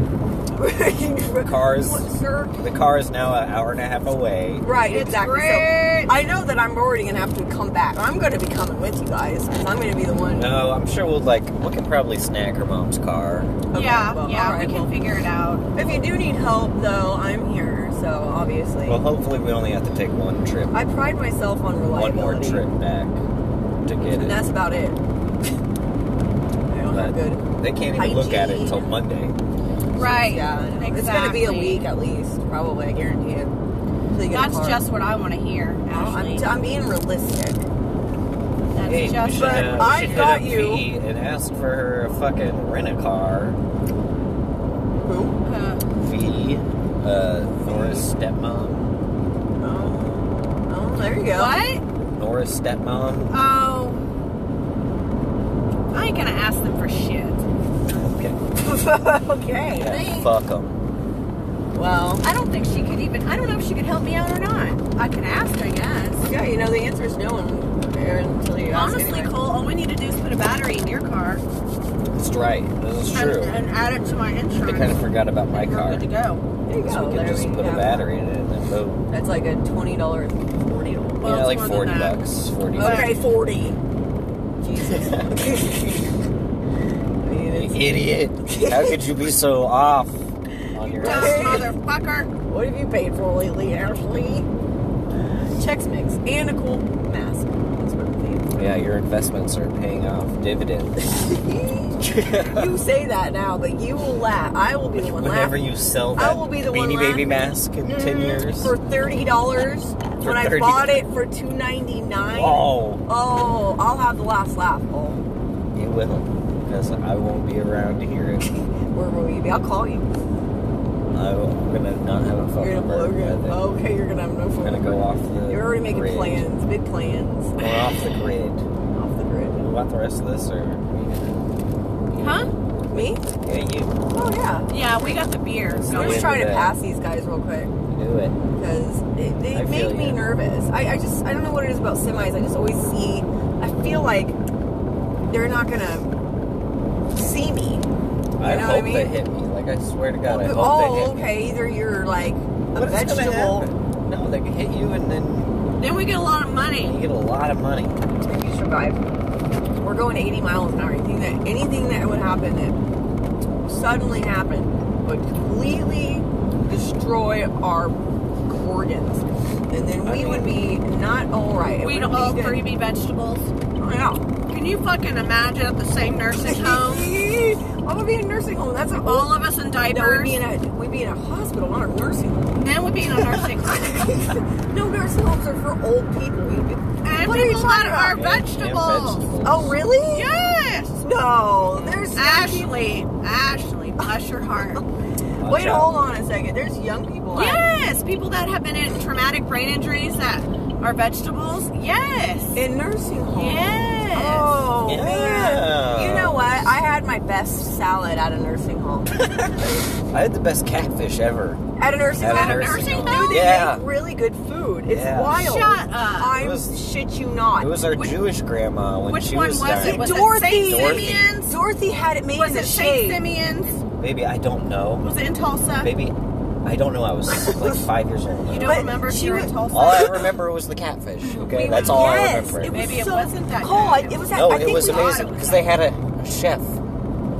[SPEAKER 3] Cars.
[SPEAKER 2] Cars. (laughs) Sir.
[SPEAKER 3] The car is now an hour and a half away.
[SPEAKER 2] Right,
[SPEAKER 1] It's
[SPEAKER 2] exactly.
[SPEAKER 1] great.
[SPEAKER 2] So I know that I'm already gonna have to come back. I'm gonna be coming with you guys because I'm gonna be the one.
[SPEAKER 3] No, I'm sure we'll like we can probably snag her mom's car.
[SPEAKER 2] Okay,
[SPEAKER 1] yeah,
[SPEAKER 2] well,
[SPEAKER 1] yeah,
[SPEAKER 2] all right,
[SPEAKER 1] we can
[SPEAKER 2] well.
[SPEAKER 1] figure it out.
[SPEAKER 2] If you do need help, though, I'm here. So obviously,
[SPEAKER 3] Well, hopefully we only have to take one trip,
[SPEAKER 2] I pride myself on
[SPEAKER 3] one
[SPEAKER 2] reliability.
[SPEAKER 3] more trip back to get
[SPEAKER 2] And
[SPEAKER 3] it.
[SPEAKER 2] that's about it. I don't have
[SPEAKER 3] But
[SPEAKER 2] good.
[SPEAKER 3] they can't even look at it
[SPEAKER 2] hygiene.
[SPEAKER 3] until Monday.
[SPEAKER 1] Right.
[SPEAKER 2] Yeah, I know.
[SPEAKER 1] exactly.
[SPEAKER 2] it's gonna be a week at least, probably. I guarantee it. Till you get a
[SPEAKER 1] That's
[SPEAKER 2] car.
[SPEAKER 1] just what I want to hear,
[SPEAKER 2] No, I'm,
[SPEAKER 1] Ashley.
[SPEAKER 2] t- I'm being realistic.
[SPEAKER 1] That's
[SPEAKER 3] Hey, we
[SPEAKER 1] just
[SPEAKER 3] should,
[SPEAKER 1] what
[SPEAKER 2] But
[SPEAKER 3] uh, we
[SPEAKER 2] I
[SPEAKER 3] should hit
[SPEAKER 2] got
[SPEAKER 3] up
[SPEAKER 2] you.
[SPEAKER 3] Vee and ask for her a fucking rent a car.
[SPEAKER 2] Who?
[SPEAKER 1] uh,
[SPEAKER 3] V, uh, Nora's stepmom.
[SPEAKER 2] Oh, oh, there you go.
[SPEAKER 1] what?
[SPEAKER 3] Nora's stepmom.
[SPEAKER 1] Oh, I ain't gonna ask them for shit.
[SPEAKER 2] (laughs)
[SPEAKER 3] Okay.
[SPEAKER 2] okay.
[SPEAKER 3] Yeah,
[SPEAKER 1] Thanks.
[SPEAKER 3] fuck 'em.
[SPEAKER 2] Well,
[SPEAKER 1] I don't think she could even. I don't know if she could help me out or not. I can ask, I guess.
[SPEAKER 2] yeah, you know the answer is no one there until you ask.
[SPEAKER 1] Honestly,
[SPEAKER 2] anyway.
[SPEAKER 1] Cole, all we need to do is put a battery in your car
[SPEAKER 3] That's right. This is
[SPEAKER 1] and,
[SPEAKER 3] true.
[SPEAKER 1] and add it to my
[SPEAKER 3] I kind of
[SPEAKER 1] insurance.
[SPEAKER 3] forgot about my
[SPEAKER 1] and we're
[SPEAKER 3] car.
[SPEAKER 1] good to go.
[SPEAKER 2] There you go.
[SPEAKER 3] So we
[SPEAKER 2] there
[SPEAKER 3] can just
[SPEAKER 2] we
[SPEAKER 3] put a
[SPEAKER 2] have-
[SPEAKER 3] battery in it and then boom.
[SPEAKER 2] That's like a twenty dollar, forty dollar.
[SPEAKER 1] Well,
[SPEAKER 3] yeah,
[SPEAKER 1] it's
[SPEAKER 3] like
[SPEAKER 1] more
[SPEAKER 3] 40
[SPEAKER 1] than that.
[SPEAKER 3] bucks. 40
[SPEAKER 2] Okay, forty. (laughs) Jesus. I mean,
[SPEAKER 3] You
[SPEAKER 2] it's-
[SPEAKER 3] idiot. How could you be so off on
[SPEAKER 1] (laughs)
[SPEAKER 3] your
[SPEAKER 1] Dumb
[SPEAKER 2] Okay.
[SPEAKER 1] motherfucker.
[SPEAKER 2] What have you paid for lately, Ashley? Chex Mix and a cool mask. That's what I'm paying
[SPEAKER 3] Yeah, your investments are paying off dividends.
[SPEAKER 2] (laughs)
[SPEAKER 1] (laughs)
[SPEAKER 2] for. you say that now, but you will laugh. I will be the one
[SPEAKER 3] Whenever
[SPEAKER 2] laughing.
[SPEAKER 3] you sell
[SPEAKER 2] I
[SPEAKER 3] that
[SPEAKER 2] will be the one
[SPEAKER 3] Beanie Baby
[SPEAKER 2] laughing.
[SPEAKER 3] mask in 10 years.
[SPEAKER 2] for thirty dollars when I
[SPEAKER 3] 30.
[SPEAKER 2] bought it for two ninety nine.
[SPEAKER 3] Oh,
[SPEAKER 2] Oh, I'll have the last laugh. Oh,
[SPEAKER 3] you will. Because I won't be around to
[SPEAKER 2] (laughs)
[SPEAKER 3] hear it.
[SPEAKER 2] where will you be? I'll call you.
[SPEAKER 3] I will, I'm going to not have a phone
[SPEAKER 2] You're gonna blow.
[SPEAKER 3] number. I think.
[SPEAKER 2] Your, okay, you're gonna have no
[SPEAKER 3] I'm
[SPEAKER 2] phone.
[SPEAKER 3] going to go off the
[SPEAKER 2] You're already making
[SPEAKER 3] grid.
[SPEAKER 2] plans, big plans.
[SPEAKER 3] We're off the grid.
[SPEAKER 2] Off the
[SPEAKER 3] You
[SPEAKER 2] grid.
[SPEAKER 3] want the rest of this or?
[SPEAKER 1] Huh?
[SPEAKER 2] Me?
[SPEAKER 3] Yeah, you
[SPEAKER 2] Oh yeah.
[SPEAKER 1] Yeah, we got the beer.
[SPEAKER 2] I'm
[SPEAKER 3] Yeah,
[SPEAKER 2] just trying to
[SPEAKER 3] yeah.
[SPEAKER 2] pass these guys real quick
[SPEAKER 3] do it.
[SPEAKER 2] because they,
[SPEAKER 3] I
[SPEAKER 2] they
[SPEAKER 3] feel
[SPEAKER 2] make me
[SPEAKER 3] ya.
[SPEAKER 2] nervous. I, I just I don't know what it is about semis. I just always see. I feel like they're not gonna see me.
[SPEAKER 3] I
[SPEAKER 2] know what I
[SPEAKER 3] hope they
[SPEAKER 2] mean?
[SPEAKER 3] hit me. Like I swear to God, I hope they
[SPEAKER 2] oh,
[SPEAKER 3] hit me.
[SPEAKER 2] okay. Either you're like a
[SPEAKER 3] What's gonna
[SPEAKER 2] vegetable.
[SPEAKER 3] happen? No, they can hit you and then
[SPEAKER 1] Then we get a lot of
[SPEAKER 3] you
[SPEAKER 1] money.
[SPEAKER 3] get a lot of money.
[SPEAKER 2] If you survive, we're going 80 miles an hour. Anything that anything that would happen that suddenly happened would completely destroy our organs, and then we
[SPEAKER 3] I mean-
[SPEAKER 2] would be not all right. It
[SPEAKER 1] We'd
[SPEAKER 2] wouldn't be
[SPEAKER 1] all
[SPEAKER 2] good.
[SPEAKER 1] three be vegetables.
[SPEAKER 2] Oh, yeah.
[SPEAKER 1] Can you fucking imagine at the same nursing (laughs) home?
[SPEAKER 2] I'm gonna be in a nursing home. That's an old.
[SPEAKER 1] All of us in
[SPEAKER 2] No, we'd
[SPEAKER 1] diapers.
[SPEAKER 2] be in a we'd be in a hospital, not a nursing
[SPEAKER 1] (laughs)
[SPEAKER 2] home.
[SPEAKER 1] then we'd be in a nursing home.
[SPEAKER 2] no, nursing homes are for old people. We'd be,
[SPEAKER 1] And
[SPEAKER 2] what are you
[SPEAKER 1] people
[SPEAKER 2] talking
[SPEAKER 1] that are
[SPEAKER 2] about?
[SPEAKER 3] And- and
[SPEAKER 1] vegetables.
[SPEAKER 3] vegetables.
[SPEAKER 2] Oh, really?
[SPEAKER 1] Yes!
[SPEAKER 2] No, there's
[SPEAKER 1] Ashley, Ashley, bless your heart. (laughs)
[SPEAKER 3] Watch
[SPEAKER 2] Wait,
[SPEAKER 3] out.
[SPEAKER 2] hold on a second. There's young people. out-
[SPEAKER 1] Yes! People that have been in traumatic brain injuries that are vegetables. Yes!
[SPEAKER 2] in nursing homes.
[SPEAKER 1] Yes!
[SPEAKER 2] Oh
[SPEAKER 3] Yeah.
[SPEAKER 2] man! You know what? I had my best salad at a nursing home.
[SPEAKER 3] I had the best catfish ever.
[SPEAKER 2] at a nursing
[SPEAKER 3] At a
[SPEAKER 2] home.
[SPEAKER 1] a
[SPEAKER 3] nursing
[SPEAKER 1] nursing
[SPEAKER 3] home.
[SPEAKER 1] home?
[SPEAKER 2] They
[SPEAKER 3] Yeah.
[SPEAKER 2] make really good food. It's
[SPEAKER 3] Yeah.
[SPEAKER 2] wild.
[SPEAKER 1] Shut up.
[SPEAKER 2] I'm
[SPEAKER 3] It was-
[SPEAKER 2] shit you not.
[SPEAKER 3] It was our
[SPEAKER 1] Which-
[SPEAKER 3] Jewish grandma when
[SPEAKER 1] Which
[SPEAKER 3] she
[SPEAKER 1] one
[SPEAKER 3] was,
[SPEAKER 1] was
[SPEAKER 3] dying.
[SPEAKER 1] it? Was
[SPEAKER 2] Dorothy.
[SPEAKER 1] it St.
[SPEAKER 3] Dorothy.
[SPEAKER 1] Simeon's?
[SPEAKER 2] Dorothy had it made
[SPEAKER 1] Was
[SPEAKER 2] in
[SPEAKER 1] it
[SPEAKER 2] the
[SPEAKER 1] St.
[SPEAKER 2] shade.
[SPEAKER 1] Simeon's?
[SPEAKER 3] Maybe I don't know.
[SPEAKER 1] Was it in Tulsa?
[SPEAKER 3] Maybe I don't know. I was
[SPEAKER 2] (laughs)
[SPEAKER 3] like five years old.
[SPEAKER 1] You don't
[SPEAKER 2] But
[SPEAKER 1] remember if
[SPEAKER 2] she
[SPEAKER 1] you were in
[SPEAKER 2] was-
[SPEAKER 1] Tulsa?
[SPEAKER 3] All I
[SPEAKER 1] (laughs)
[SPEAKER 3] remember was the catfish. Okay,
[SPEAKER 2] We-
[SPEAKER 3] that's all
[SPEAKER 2] yes,
[SPEAKER 3] I remember.
[SPEAKER 2] it was
[SPEAKER 1] Maybe it
[SPEAKER 2] so
[SPEAKER 1] wasn't that
[SPEAKER 2] cold.
[SPEAKER 1] bad.
[SPEAKER 2] It was at,
[SPEAKER 3] no,
[SPEAKER 2] I
[SPEAKER 3] it
[SPEAKER 2] think
[SPEAKER 3] was
[SPEAKER 2] we got
[SPEAKER 3] amazing
[SPEAKER 2] it.
[SPEAKER 3] because they had a a chef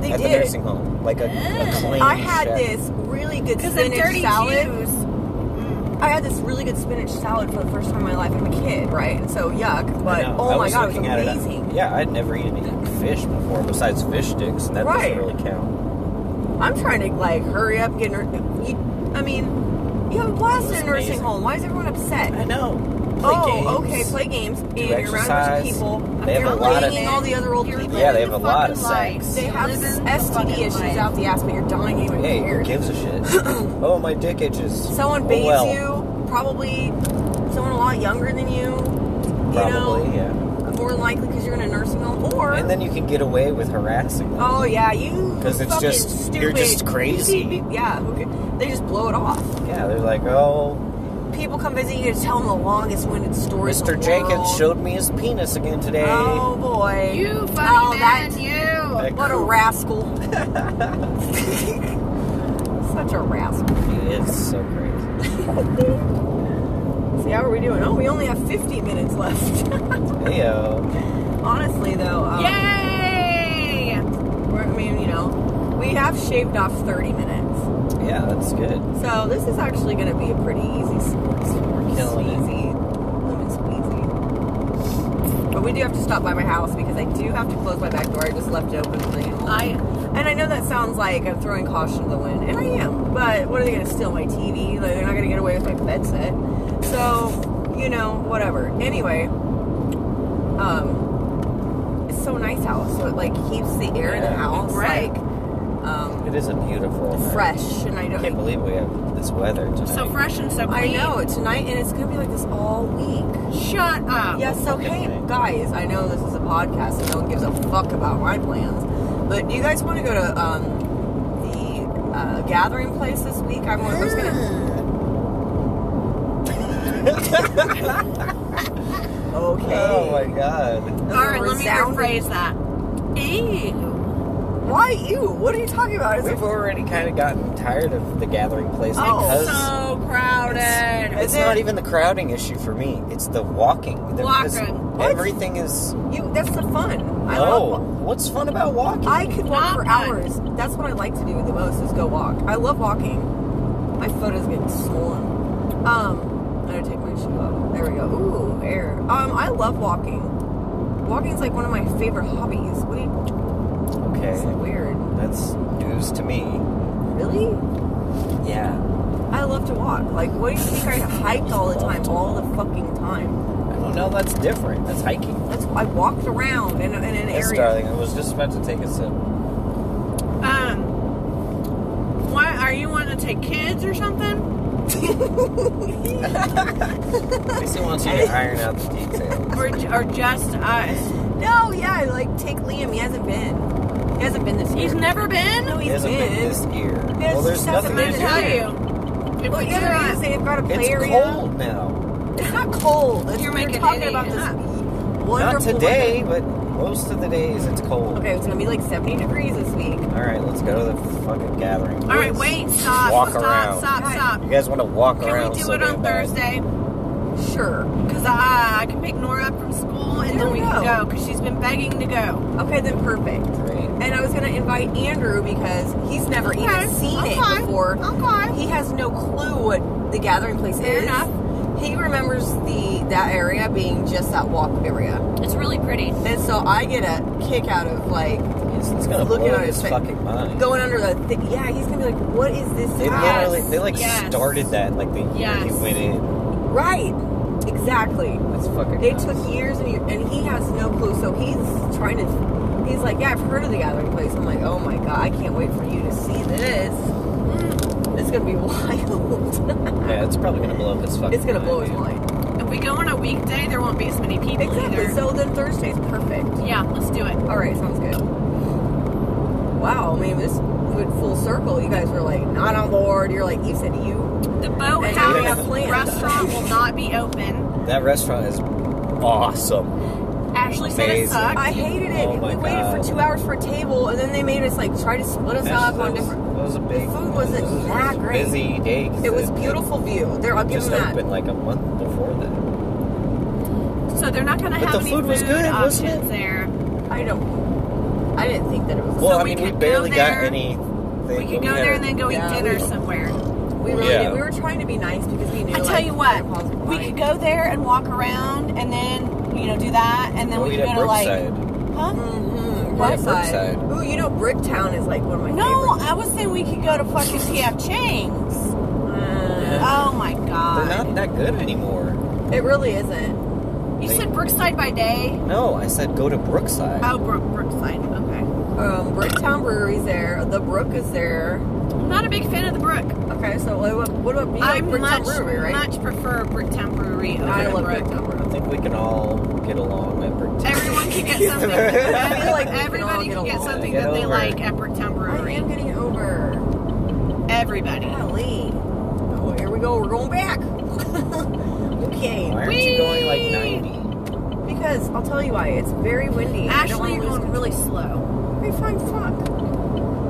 [SPEAKER 2] They
[SPEAKER 3] at the
[SPEAKER 2] did.
[SPEAKER 3] nursing home, like a, a clean
[SPEAKER 2] I had
[SPEAKER 3] chef.
[SPEAKER 2] this really good
[SPEAKER 1] Because the
[SPEAKER 2] spinach
[SPEAKER 1] dirty
[SPEAKER 2] salad. Mm.
[SPEAKER 1] Jews.
[SPEAKER 2] I had this really good spinach salad for the first time in my life. I'm a kid, right? So yuck,
[SPEAKER 3] I
[SPEAKER 2] but
[SPEAKER 3] know,
[SPEAKER 2] oh my
[SPEAKER 3] I was
[SPEAKER 2] god, it
[SPEAKER 3] looking
[SPEAKER 2] was
[SPEAKER 3] at I-
[SPEAKER 2] amazing.
[SPEAKER 3] yeah, I'd never eaten any fish before besides fish sticks, and that
[SPEAKER 2] Right.
[SPEAKER 3] doesn't really count.
[SPEAKER 2] I'm trying to like hurry up, get. Ner- you, I mean, you have a blast
[SPEAKER 3] It
[SPEAKER 2] in
[SPEAKER 3] was
[SPEAKER 2] a nursing
[SPEAKER 3] amazing.
[SPEAKER 2] home. Why is everyone upset?
[SPEAKER 3] know.
[SPEAKER 2] oh, okay, play games, and you're around a bunch
[SPEAKER 3] exercise.
[SPEAKER 2] of people.
[SPEAKER 3] They have
[SPEAKER 2] you're
[SPEAKER 3] a lot of-
[SPEAKER 2] banging all the other old
[SPEAKER 1] You're
[SPEAKER 2] people.
[SPEAKER 3] Yeah, they
[SPEAKER 1] living
[SPEAKER 3] have
[SPEAKER 1] the
[SPEAKER 3] a lot
[SPEAKER 1] fucking
[SPEAKER 3] of
[SPEAKER 1] life.
[SPEAKER 3] sex.
[SPEAKER 2] They
[SPEAKER 1] You're
[SPEAKER 2] have
[SPEAKER 1] living the
[SPEAKER 2] STD
[SPEAKER 1] fucking
[SPEAKER 2] issues
[SPEAKER 1] life.
[SPEAKER 2] out the ass, but you're dying. You even
[SPEAKER 3] Hey,
[SPEAKER 2] care.
[SPEAKER 3] who gives
[SPEAKER 2] (clears throat)
[SPEAKER 3] a shit? oh, my dick itches.
[SPEAKER 2] Someone
[SPEAKER 3] oh,
[SPEAKER 2] bathes
[SPEAKER 3] well.
[SPEAKER 2] you, probably someone a lot younger than you. You
[SPEAKER 3] Probably,
[SPEAKER 2] know,
[SPEAKER 3] yeah.
[SPEAKER 2] more than likely because you're in a nursing home, or
[SPEAKER 3] And then you can get away with harassing them.
[SPEAKER 2] oh yeah, you
[SPEAKER 3] 'Cause it's
[SPEAKER 2] fucking
[SPEAKER 3] just-
[SPEAKER 2] stupid.
[SPEAKER 3] you're just crazy.
[SPEAKER 2] Beep, beep, beep. Yeah, who ca- they just blow it off.
[SPEAKER 3] Yeah, they're like, oh,
[SPEAKER 2] People come visit you to tell them the longest-winded story. in the
[SPEAKER 3] Mr. Jenkins
[SPEAKER 2] world.
[SPEAKER 3] showed me his penis again today.
[SPEAKER 2] Oh boy,
[SPEAKER 1] You funny
[SPEAKER 2] Oh,
[SPEAKER 1] man,
[SPEAKER 2] that's-
[SPEAKER 1] you.
[SPEAKER 3] Like,
[SPEAKER 2] What a rascal. (laughs) Such a rascal.
[SPEAKER 3] It's so crazy.
[SPEAKER 2] See, how are we doing? Oh, we only have 50 minutes left. (laughs)
[SPEAKER 3] Heyo.
[SPEAKER 2] Honestly, though, um,
[SPEAKER 1] Yay!
[SPEAKER 2] we're, I mean, you know, we have shaved off 30 minutes.
[SPEAKER 3] Yeah, that's good.
[SPEAKER 2] So this is actually going to be a pretty easy sports. We're
[SPEAKER 3] Killing it.
[SPEAKER 2] Easy. Lemon squeezy. But we do have to stop by my house because I do have to close my back door. I just left it open for the animals.
[SPEAKER 1] I
[SPEAKER 2] And I know that sounds like I'm throwing caution to the wind, and I am. But what are they going to steal my TV? Like they're not going to get away with my bed set. So you know, whatever. Anyway, um, it's so nice out, so it like keeps the air in the
[SPEAKER 3] Yeah.
[SPEAKER 2] house
[SPEAKER 1] Right.
[SPEAKER 2] like um,
[SPEAKER 3] It is a beautiful. night.
[SPEAKER 2] fresh, and I
[SPEAKER 3] I can't
[SPEAKER 2] don't.
[SPEAKER 3] believe we have this weather tonight.
[SPEAKER 1] so fresh and so
[SPEAKER 2] I
[SPEAKER 1] clean.
[SPEAKER 2] know tonight, and it's going to be like this all week.
[SPEAKER 1] Shut up.
[SPEAKER 2] Yes, okay,
[SPEAKER 3] Okay.
[SPEAKER 2] guys. I know this is a podcast, and no one gives a fuck about my plans. But do you guys want to go to um, the uh, gathering place this week? I'm one of those gonna. okay.
[SPEAKER 3] Oh my god.
[SPEAKER 1] All right, let me
[SPEAKER 2] Resounding-
[SPEAKER 1] rephrase that. Ew.
[SPEAKER 2] Why you? What are you talking about? Is it,
[SPEAKER 3] We've already kind of gotten tired of the gathering place
[SPEAKER 2] Oh.
[SPEAKER 3] because
[SPEAKER 1] So crowded.
[SPEAKER 3] it's
[SPEAKER 2] Is it-
[SPEAKER 3] not even the crowding issue for me. It's the walking. The-
[SPEAKER 1] Walking.
[SPEAKER 3] this-
[SPEAKER 1] What?
[SPEAKER 3] Everything is.
[SPEAKER 2] you? That's the fun. I
[SPEAKER 3] No.
[SPEAKER 2] love.
[SPEAKER 3] What's fun about walking?
[SPEAKER 2] I could walk
[SPEAKER 1] Not
[SPEAKER 2] for
[SPEAKER 1] fun.
[SPEAKER 2] hours. That's what I like to do the most is go walk. I love walking. My foot is getting swollen. Um, I'm gonna take my shoe off. There we go. Ooh, air. Um, I love walking. Walking is like one of my favorite hobbies. What do you? It's
[SPEAKER 3] okay.
[SPEAKER 2] weird.
[SPEAKER 3] That's news to me.
[SPEAKER 2] Really?
[SPEAKER 3] Yeah.
[SPEAKER 2] I love to walk. Like, what do you think I hiked all the time, all the fucking time?
[SPEAKER 3] I don't know. That's different. That's hiking.
[SPEAKER 2] That's I walked around in, in an
[SPEAKER 3] Yes,
[SPEAKER 2] area.
[SPEAKER 3] darling. I was just about to take a sip.
[SPEAKER 1] Um, why are you wanting to take kids or something?
[SPEAKER 3] Lisa wants you to
[SPEAKER 1] (laughs)
[SPEAKER 3] iron out the details.
[SPEAKER 1] Or, or just us?
[SPEAKER 2] No, yeah, like take Liam. He hasn't been. He hasn't been this year.
[SPEAKER 1] He's never
[SPEAKER 2] No,
[SPEAKER 1] been?
[SPEAKER 2] he's
[SPEAKER 3] It hasn't been this year.
[SPEAKER 2] Yes,
[SPEAKER 3] well, there's
[SPEAKER 2] it hasn't
[SPEAKER 3] nothing
[SPEAKER 1] I
[SPEAKER 2] been
[SPEAKER 3] to
[SPEAKER 2] this
[SPEAKER 1] tell
[SPEAKER 3] do.
[SPEAKER 2] year.
[SPEAKER 1] you. If
[SPEAKER 2] Well,
[SPEAKER 1] we do
[SPEAKER 2] yeah, they're
[SPEAKER 1] that,
[SPEAKER 2] they've got a play
[SPEAKER 3] It's
[SPEAKER 2] area.
[SPEAKER 3] cold now.
[SPEAKER 2] It's not cold. It's,
[SPEAKER 1] You're
[SPEAKER 2] we're
[SPEAKER 1] making
[SPEAKER 2] talking
[SPEAKER 1] it
[SPEAKER 2] about this
[SPEAKER 1] up.
[SPEAKER 2] wonderful.
[SPEAKER 3] Not today,
[SPEAKER 2] weather.
[SPEAKER 3] but most of the days it's cold.
[SPEAKER 2] Okay, it's gonna be like 70 degrees this week.
[SPEAKER 3] All right, let's go to the fucking gathering.
[SPEAKER 1] all right,
[SPEAKER 3] place.
[SPEAKER 1] wait, stop,
[SPEAKER 3] Walk
[SPEAKER 1] stop,
[SPEAKER 3] around.
[SPEAKER 1] stop,
[SPEAKER 2] Guys,
[SPEAKER 1] stop.
[SPEAKER 3] You guys want to walk
[SPEAKER 1] Can
[SPEAKER 3] around?
[SPEAKER 1] we do
[SPEAKER 3] so
[SPEAKER 1] it on
[SPEAKER 3] damn bad.
[SPEAKER 1] Thursday?
[SPEAKER 2] Sure.
[SPEAKER 1] Because I, I can pick Nora up from school and
[SPEAKER 2] There
[SPEAKER 1] then
[SPEAKER 2] we
[SPEAKER 1] we can
[SPEAKER 2] go.
[SPEAKER 1] go because she's been begging to go.
[SPEAKER 2] Okay, then perfect.
[SPEAKER 3] Great.
[SPEAKER 2] And I was gonna invite Andrew because he's never
[SPEAKER 1] Okay,
[SPEAKER 2] even seen it
[SPEAKER 1] okay,
[SPEAKER 2] before.
[SPEAKER 1] okay.
[SPEAKER 2] He has no clue what the gathering place
[SPEAKER 1] Fair
[SPEAKER 2] is.
[SPEAKER 1] enough.
[SPEAKER 2] He remembers the that area being just that walk area,
[SPEAKER 1] It's really pretty.
[SPEAKER 2] and so I get a kick out of like
[SPEAKER 3] It's, it's gonna
[SPEAKER 2] Looking
[SPEAKER 3] blow
[SPEAKER 2] at
[SPEAKER 3] his
[SPEAKER 2] his face.
[SPEAKER 3] fucking mind.
[SPEAKER 2] going under the. Th- yeah, he's gonna be like, "What is this?"
[SPEAKER 3] They
[SPEAKER 2] house?"
[SPEAKER 3] literally, they like
[SPEAKER 1] Yes.
[SPEAKER 3] started that like the year he
[SPEAKER 1] Yes.
[SPEAKER 3] went in.
[SPEAKER 2] Right. Exactly.
[SPEAKER 3] That's fucking.
[SPEAKER 2] It
[SPEAKER 3] nuts.
[SPEAKER 2] took years and years, and he has no clue. So he's trying to. He's like, yeah, I've heard of the Gathering Place. I'm like, oh my god, I can't wait for you to see this.
[SPEAKER 3] Mm.
[SPEAKER 2] It's gonna be (laughs) wild.
[SPEAKER 3] Yeah, it's probably gonna blow up his fucking.
[SPEAKER 2] it's gonna blow his
[SPEAKER 3] dude.
[SPEAKER 2] mind.
[SPEAKER 1] If we go on a weekday, there won't be as many people
[SPEAKER 2] Exactly.
[SPEAKER 1] either.
[SPEAKER 2] So then Thursday's perfect.
[SPEAKER 1] yeah, let's do it.
[SPEAKER 2] All right, sounds good. Wow. I mean, this went full circle. You guys were like, not on board. You're like, you said you.
[SPEAKER 1] The
[SPEAKER 2] we have
[SPEAKER 1] boathouse
[SPEAKER 2] plans.
[SPEAKER 1] restaurant will not be open.
[SPEAKER 3] That restaurant is awesome.
[SPEAKER 1] Ashley said it
[SPEAKER 3] Amazing.
[SPEAKER 1] sucked.
[SPEAKER 2] I hated it.
[SPEAKER 3] Oh my
[SPEAKER 2] we waited
[SPEAKER 3] God.
[SPEAKER 2] for two hours for a table, and then they made us like try to split us
[SPEAKER 3] That's-
[SPEAKER 2] up
[SPEAKER 3] that
[SPEAKER 2] on
[SPEAKER 3] was-
[SPEAKER 2] different.
[SPEAKER 3] that was was a big.
[SPEAKER 2] Food wasn't
[SPEAKER 3] it was a
[SPEAKER 2] that great.
[SPEAKER 3] Busy day. 'cause
[SPEAKER 2] It was beautiful view. There, I'll give
[SPEAKER 3] Just
[SPEAKER 2] them that.
[SPEAKER 3] opened like a month before that.
[SPEAKER 1] So they're not going to
[SPEAKER 3] But
[SPEAKER 1] have
[SPEAKER 3] the
[SPEAKER 1] any
[SPEAKER 3] food was good, wasn't
[SPEAKER 1] options there.
[SPEAKER 2] I don't. I didn't think that it was.
[SPEAKER 3] Well, I
[SPEAKER 1] we
[SPEAKER 3] mean, we
[SPEAKER 1] could go
[SPEAKER 3] barely got
[SPEAKER 1] there.
[SPEAKER 3] any.
[SPEAKER 1] We could go there and then go eat
[SPEAKER 2] Yeah.
[SPEAKER 1] dinner somewhere.
[SPEAKER 2] we really.
[SPEAKER 3] Yeah.
[SPEAKER 2] We were trying to be nice because we knew.
[SPEAKER 1] I tell
[SPEAKER 2] like,
[SPEAKER 1] you
[SPEAKER 2] the
[SPEAKER 1] what,
[SPEAKER 2] positive
[SPEAKER 1] we
[SPEAKER 2] vibe.
[SPEAKER 1] could go there and walk around, and then you know do that, and then
[SPEAKER 3] Well, we
[SPEAKER 1] we could
[SPEAKER 3] had
[SPEAKER 1] go to like,
[SPEAKER 3] Brookside.
[SPEAKER 1] huh?
[SPEAKER 2] Mhm.
[SPEAKER 1] Yeah,
[SPEAKER 2] Brookside.
[SPEAKER 3] Brookside.
[SPEAKER 2] Ooh, you know Bricktown is like one of my
[SPEAKER 1] No, I was saying we could go to fucking TF Chang's.
[SPEAKER 2] favorite. Uh,
[SPEAKER 1] Oh my
[SPEAKER 3] They're
[SPEAKER 1] god!
[SPEAKER 3] not that good anymore.
[SPEAKER 2] it really isn't.
[SPEAKER 1] you said Brookside by day.
[SPEAKER 3] No, I said go to Brookside.
[SPEAKER 1] Oh, Brook Brookside. Okay.
[SPEAKER 2] Um, Bricktown Brewery's there. The Brook is there.
[SPEAKER 1] I'm not a big fan of the Brook.
[SPEAKER 2] Okay, so what about, what about you like
[SPEAKER 1] I
[SPEAKER 2] Bricktown
[SPEAKER 1] much
[SPEAKER 2] Brewery, right?
[SPEAKER 1] much prefer Bricktown Brewery over
[SPEAKER 2] I
[SPEAKER 1] the
[SPEAKER 2] love
[SPEAKER 1] Brook.
[SPEAKER 2] Bricktown
[SPEAKER 3] I
[SPEAKER 2] Brewery.
[SPEAKER 3] think we can all get along at Brookside.
[SPEAKER 1] Everyone
[SPEAKER 2] (laughs)
[SPEAKER 1] could get something. I feel like
[SPEAKER 2] We can all
[SPEAKER 1] everybody
[SPEAKER 2] get
[SPEAKER 1] could get
[SPEAKER 2] along.
[SPEAKER 1] something
[SPEAKER 3] Get
[SPEAKER 1] that they
[SPEAKER 3] over it.
[SPEAKER 1] like at Bricktown
[SPEAKER 2] I
[SPEAKER 1] Brewery.
[SPEAKER 2] am getting over.
[SPEAKER 1] Everybody.
[SPEAKER 2] Golly. Oh, here we go. We're going back. (laughs) okay.
[SPEAKER 3] Why aren't you going like 90?
[SPEAKER 2] Because I'll tell you why. It's very windy. I don't
[SPEAKER 1] Ashley,
[SPEAKER 2] wanna
[SPEAKER 1] you're
[SPEAKER 2] lose
[SPEAKER 1] going really slow.
[SPEAKER 2] control. Hey, fine, fuck.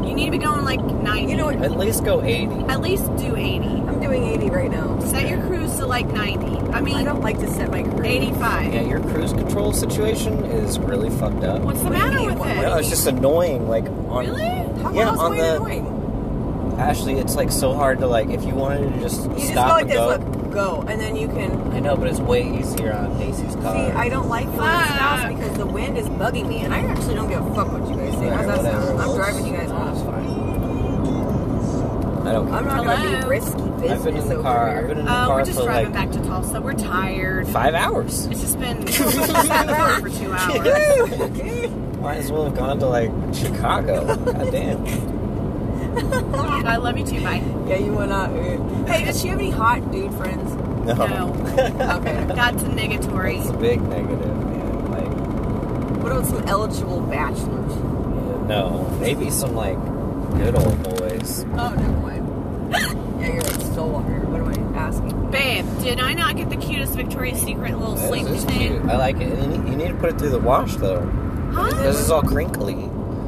[SPEAKER 1] You need to be going like 90.
[SPEAKER 2] You know what?
[SPEAKER 3] At least go 80.
[SPEAKER 1] At least do 80.
[SPEAKER 2] I'm doing 80 right now.
[SPEAKER 1] Set your cruise to like 90. I
[SPEAKER 2] I
[SPEAKER 1] mean,
[SPEAKER 2] don't like to set my career.
[SPEAKER 1] 85.
[SPEAKER 3] Yeah, your cruise control situation is really fucked up.
[SPEAKER 1] What's the
[SPEAKER 2] What do you
[SPEAKER 1] matter
[SPEAKER 2] mean?
[SPEAKER 1] with
[SPEAKER 2] What-
[SPEAKER 1] it?
[SPEAKER 3] No, it's just annoying. Like, on,
[SPEAKER 1] really?
[SPEAKER 2] How
[SPEAKER 3] Yeah,
[SPEAKER 2] yeah,
[SPEAKER 3] on
[SPEAKER 2] way
[SPEAKER 3] the-
[SPEAKER 2] annoying?
[SPEAKER 3] Ashley, it's like so hard to like. If you wanted to just
[SPEAKER 2] You just go
[SPEAKER 3] stop
[SPEAKER 2] like
[SPEAKER 3] and
[SPEAKER 2] this,
[SPEAKER 3] go.
[SPEAKER 2] look, go, and then you can.
[SPEAKER 3] I know, but it's way easier on Macy's car.
[SPEAKER 2] See, I don't like going
[SPEAKER 1] Fuck.
[SPEAKER 2] fast because the wind is bugging me, and I actually don't give a fuck what you guys say. How's that
[SPEAKER 3] Whatever.
[SPEAKER 2] sound? I'm driving you guys
[SPEAKER 3] It's
[SPEAKER 2] off.
[SPEAKER 3] fine. I don't.
[SPEAKER 2] I'm not gonna
[SPEAKER 1] Hello?
[SPEAKER 2] be risky business
[SPEAKER 3] I've been in the
[SPEAKER 2] over
[SPEAKER 3] car.
[SPEAKER 2] here. Uh,
[SPEAKER 3] I've been in the
[SPEAKER 1] Oh,
[SPEAKER 3] car
[SPEAKER 1] we're just
[SPEAKER 3] for
[SPEAKER 1] driving
[SPEAKER 3] like
[SPEAKER 1] back to Tulsa. We're tired.
[SPEAKER 3] five hours.
[SPEAKER 1] It's
[SPEAKER 3] (laughs)
[SPEAKER 1] just been (laughs) it's just been for two hours.
[SPEAKER 2] (laughs)
[SPEAKER 3] Might as well have gone to like Chicago. God damn.
[SPEAKER 1] I love you too. Bye.
[SPEAKER 2] yeah, you went out. uh, Hey, does she have any hot dude friends?
[SPEAKER 3] No.
[SPEAKER 1] No,
[SPEAKER 2] Okay.
[SPEAKER 1] that's a negatory.
[SPEAKER 3] It's a big negative, man. Like,
[SPEAKER 2] What about some eligible bachelors?
[SPEAKER 3] no. Maybe some like good old boys.
[SPEAKER 2] Oh, never mind. (laughs) yeah, you're like still walker. What am I asking?
[SPEAKER 1] Babe, did I not get the cutest Victoria's Secret little
[SPEAKER 3] This
[SPEAKER 1] sleep
[SPEAKER 3] is
[SPEAKER 1] thing?
[SPEAKER 3] cute. I like it. And you need- you need to put it through the wash though.
[SPEAKER 1] Huh?
[SPEAKER 3] This is all crinkly.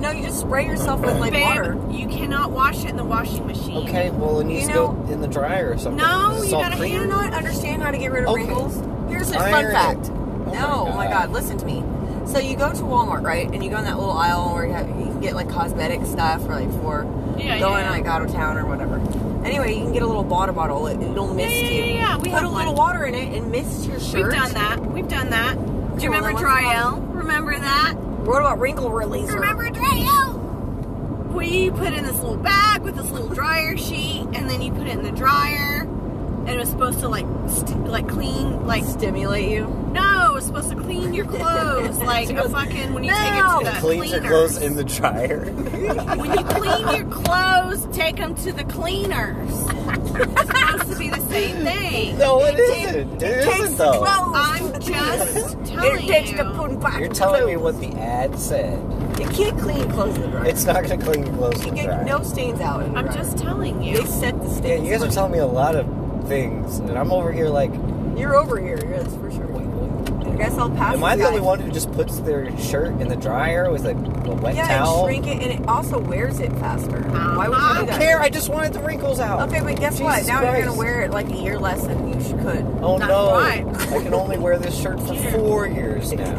[SPEAKER 2] No, you just spray yourself with like
[SPEAKER 1] Babe,
[SPEAKER 2] water.
[SPEAKER 1] you cannot wash it in the washing machine.
[SPEAKER 3] Okay, well it needs
[SPEAKER 2] You
[SPEAKER 3] to go in the dryer or something.
[SPEAKER 1] No,
[SPEAKER 3] This is
[SPEAKER 1] you
[SPEAKER 3] all
[SPEAKER 1] gotta
[SPEAKER 2] Do
[SPEAKER 3] clean.
[SPEAKER 2] you not understand how to get rid of
[SPEAKER 3] Okay.
[SPEAKER 2] wrinkles? Here's a
[SPEAKER 3] Iron
[SPEAKER 2] fun
[SPEAKER 3] it.
[SPEAKER 2] fact.
[SPEAKER 3] Oh
[SPEAKER 2] no, oh my god, listen to me. So you go to Walmart, right? And you go in that little aisle where you, have, you can get like cosmetic stuff or like for
[SPEAKER 1] Yeah,
[SPEAKER 2] going
[SPEAKER 1] yeah.
[SPEAKER 2] like out of town or whatever. Anyway, you can get a little water bottle. It, it'll
[SPEAKER 1] Yeah,
[SPEAKER 2] mist
[SPEAKER 1] yeah,
[SPEAKER 2] you.
[SPEAKER 1] yeah, yeah, we
[SPEAKER 2] Put
[SPEAKER 1] have
[SPEAKER 2] a little
[SPEAKER 1] one.
[SPEAKER 2] water in it and mist your shirt.
[SPEAKER 1] We've done that. We've done that. Do you
[SPEAKER 2] Well,
[SPEAKER 1] remember
[SPEAKER 2] then what's
[SPEAKER 1] Dry
[SPEAKER 2] the
[SPEAKER 1] L? Remember that?
[SPEAKER 2] What about wrinkle releaser?
[SPEAKER 1] Remember Dry L? We put in this little bag with this little dryer sheet, and then you put it in the dryer, and it was supposed to like st- like clean like
[SPEAKER 2] Stimulate you.
[SPEAKER 1] no, it was supposed to clean your
[SPEAKER 2] (laughs)
[SPEAKER 1] clothes like a fucking when you
[SPEAKER 2] No!
[SPEAKER 1] take it to the
[SPEAKER 3] Cleans your
[SPEAKER 1] cleaners.
[SPEAKER 3] clothes in
[SPEAKER 2] (laughs)
[SPEAKER 3] the dryer. (laughs)
[SPEAKER 1] when you clean your clothes, take them to the cleaners. it's supposed to be the same thing.
[SPEAKER 3] no, it isn't. It, it
[SPEAKER 2] takes
[SPEAKER 3] isn't though.
[SPEAKER 2] (laughs)
[SPEAKER 1] I'm just telling
[SPEAKER 2] It takes
[SPEAKER 1] you.
[SPEAKER 2] the putting back.
[SPEAKER 3] You're telling me what the ad said.
[SPEAKER 2] You can't clean clothes in the dryer.
[SPEAKER 3] It's not gonna clean your clothes
[SPEAKER 2] you
[SPEAKER 3] in the
[SPEAKER 2] get
[SPEAKER 3] dryer.
[SPEAKER 2] no stains out. In the
[SPEAKER 1] I'm
[SPEAKER 2] dryer.
[SPEAKER 1] just telling
[SPEAKER 2] They
[SPEAKER 1] you.
[SPEAKER 2] set the
[SPEAKER 3] Yeah,
[SPEAKER 2] stains.
[SPEAKER 3] you guys are telling me a lot of things, and I'm over here like,
[SPEAKER 2] You're over here. That's for sure. I guess I'll pass.
[SPEAKER 3] am I
[SPEAKER 2] you
[SPEAKER 3] the only
[SPEAKER 2] guys.
[SPEAKER 3] one who just puts their shirt in the dryer with a, a wet
[SPEAKER 2] Yeah,
[SPEAKER 3] towel?
[SPEAKER 2] and shrink it, and it also wears it faster. Why would
[SPEAKER 1] Uh-huh.
[SPEAKER 2] you
[SPEAKER 3] I
[SPEAKER 2] do
[SPEAKER 3] don't
[SPEAKER 2] that?
[SPEAKER 3] care. I just wanted the wrinkles out.
[SPEAKER 2] Okay, but guess
[SPEAKER 3] Jesus
[SPEAKER 2] what? Now you're
[SPEAKER 3] Christ.
[SPEAKER 2] gonna wear it like a year less than you sh- could.
[SPEAKER 3] Oh
[SPEAKER 1] That's
[SPEAKER 3] no!
[SPEAKER 1] why.
[SPEAKER 3] I can only wear this shirt for four years now.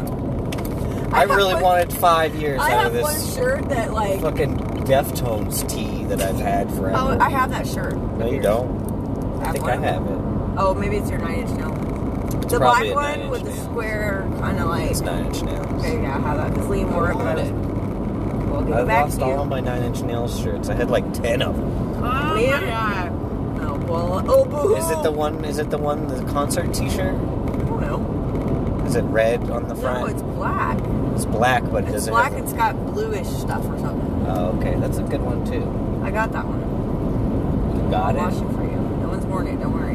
[SPEAKER 2] I
[SPEAKER 3] I,
[SPEAKER 2] have
[SPEAKER 3] really
[SPEAKER 2] one-
[SPEAKER 3] wanted five years
[SPEAKER 2] I
[SPEAKER 3] out
[SPEAKER 2] have
[SPEAKER 3] of this
[SPEAKER 2] one shirt that like.
[SPEAKER 3] fucking Deftones tee that I've had forever.
[SPEAKER 2] Oh, I have that shirt.
[SPEAKER 3] no, you don't. I think I
[SPEAKER 2] one.
[SPEAKER 3] have it.
[SPEAKER 2] Oh, maybe it's your nine inch nail. the
[SPEAKER 3] probably
[SPEAKER 2] black one
[SPEAKER 3] a Nine
[SPEAKER 2] with
[SPEAKER 3] Inch
[SPEAKER 2] the
[SPEAKER 3] Nail.
[SPEAKER 2] square kind of like.
[SPEAKER 3] It's Nine Inch Nails.
[SPEAKER 2] Okay, yeah, I have that. Because Liam wore it when I
[SPEAKER 3] want
[SPEAKER 2] was.
[SPEAKER 3] it.
[SPEAKER 2] We'll give
[SPEAKER 3] I
[SPEAKER 2] it back
[SPEAKER 3] lost
[SPEAKER 2] to
[SPEAKER 3] all of
[SPEAKER 2] you.
[SPEAKER 3] my Nine Inch Nails shirts. I had like ten of them.
[SPEAKER 1] Oh my
[SPEAKER 2] Liam?
[SPEAKER 1] god.
[SPEAKER 2] Oh well. Oh boo.
[SPEAKER 3] Is it the one? Is it the one? The concert T-shirt?
[SPEAKER 2] I don't know.
[SPEAKER 3] Is it red on the
[SPEAKER 2] No,
[SPEAKER 3] front?
[SPEAKER 2] it's black.
[SPEAKER 3] it's, black, but
[SPEAKER 2] It's
[SPEAKER 3] does
[SPEAKER 2] black.
[SPEAKER 3] it? have
[SPEAKER 2] It's got bluish stuff or something.
[SPEAKER 3] a- oh, okay, that's a good one too.
[SPEAKER 2] I got that one.
[SPEAKER 3] You
[SPEAKER 2] I'll
[SPEAKER 3] got
[SPEAKER 2] wash
[SPEAKER 3] it.
[SPEAKER 2] it for you. No one's worn it. Don't worry.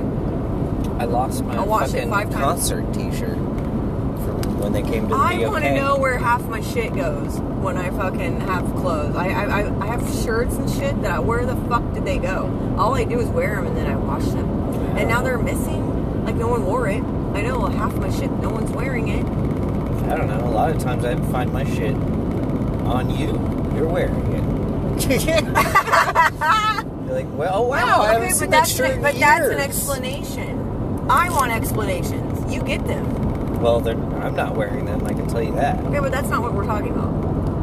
[SPEAKER 3] I lost my
[SPEAKER 2] I'll wash it
[SPEAKER 3] fucking
[SPEAKER 2] five times.
[SPEAKER 3] concert T-shirt from when they came to the
[SPEAKER 2] I
[SPEAKER 3] BOK.
[SPEAKER 2] want to know where half my shit goes when I fucking have clothes. I, I I- I have shirts and shit that I, where the fuck did they go? All I do is wear them and then I wash them, and now they're missing. Like no one wore it. I know half my shit. No one's wearing it.
[SPEAKER 3] I don't know. A lot of times I find my shit on you. You're wearing it. (laughs) You're like, well, oh wow, I haven't seen
[SPEAKER 2] but
[SPEAKER 3] that
[SPEAKER 2] that's,
[SPEAKER 3] shirt
[SPEAKER 2] an,
[SPEAKER 3] in
[SPEAKER 2] but that's an
[SPEAKER 3] years.
[SPEAKER 2] explanation. I want explanations. You get them.
[SPEAKER 3] Well, they're, I'm not wearing them. I can tell you that.
[SPEAKER 2] Okay, but that's not what we're talking about.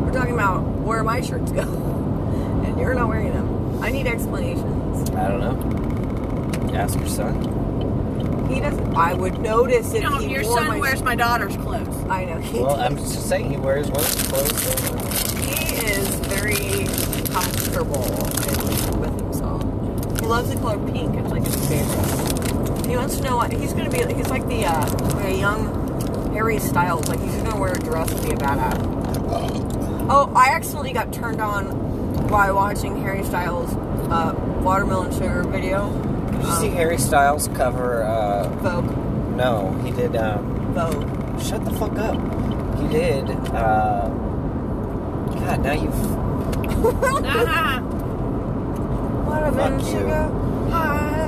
[SPEAKER 2] We're talking about where my shirts go, (laughs) and you're not wearing them. I need explanations.
[SPEAKER 3] I don't know. Ask your son.
[SPEAKER 2] He doesn't. I would notice if
[SPEAKER 1] No,
[SPEAKER 2] he
[SPEAKER 1] your
[SPEAKER 2] wore
[SPEAKER 1] son
[SPEAKER 2] my
[SPEAKER 1] wears my daughter's clothes.
[SPEAKER 2] (laughs) I know he.
[SPEAKER 3] Well, I'm just saying he wears work clothes. So
[SPEAKER 2] He is very comfortable and with himself. He loves the color pink. It's like his favorite. And he wants to know what he's gonna be. He's like the uh, like a young Harry Styles. Like he's just gonna wear a dress and be a badass. Oh, I accidentally got turned on by watching Harry Styles' uh, watermelon sugar video.
[SPEAKER 3] Did you
[SPEAKER 2] Um,
[SPEAKER 3] see Harry Styles cover? Uh,
[SPEAKER 2] Vogue.
[SPEAKER 3] no, he did. Um,
[SPEAKER 2] Vogue.
[SPEAKER 3] shut the fuck up. He did. Uh, God, now you've.
[SPEAKER 2] Oh
[SPEAKER 1] Ah,
[SPEAKER 2] Watermelon
[SPEAKER 3] you.
[SPEAKER 2] sugar. Hi.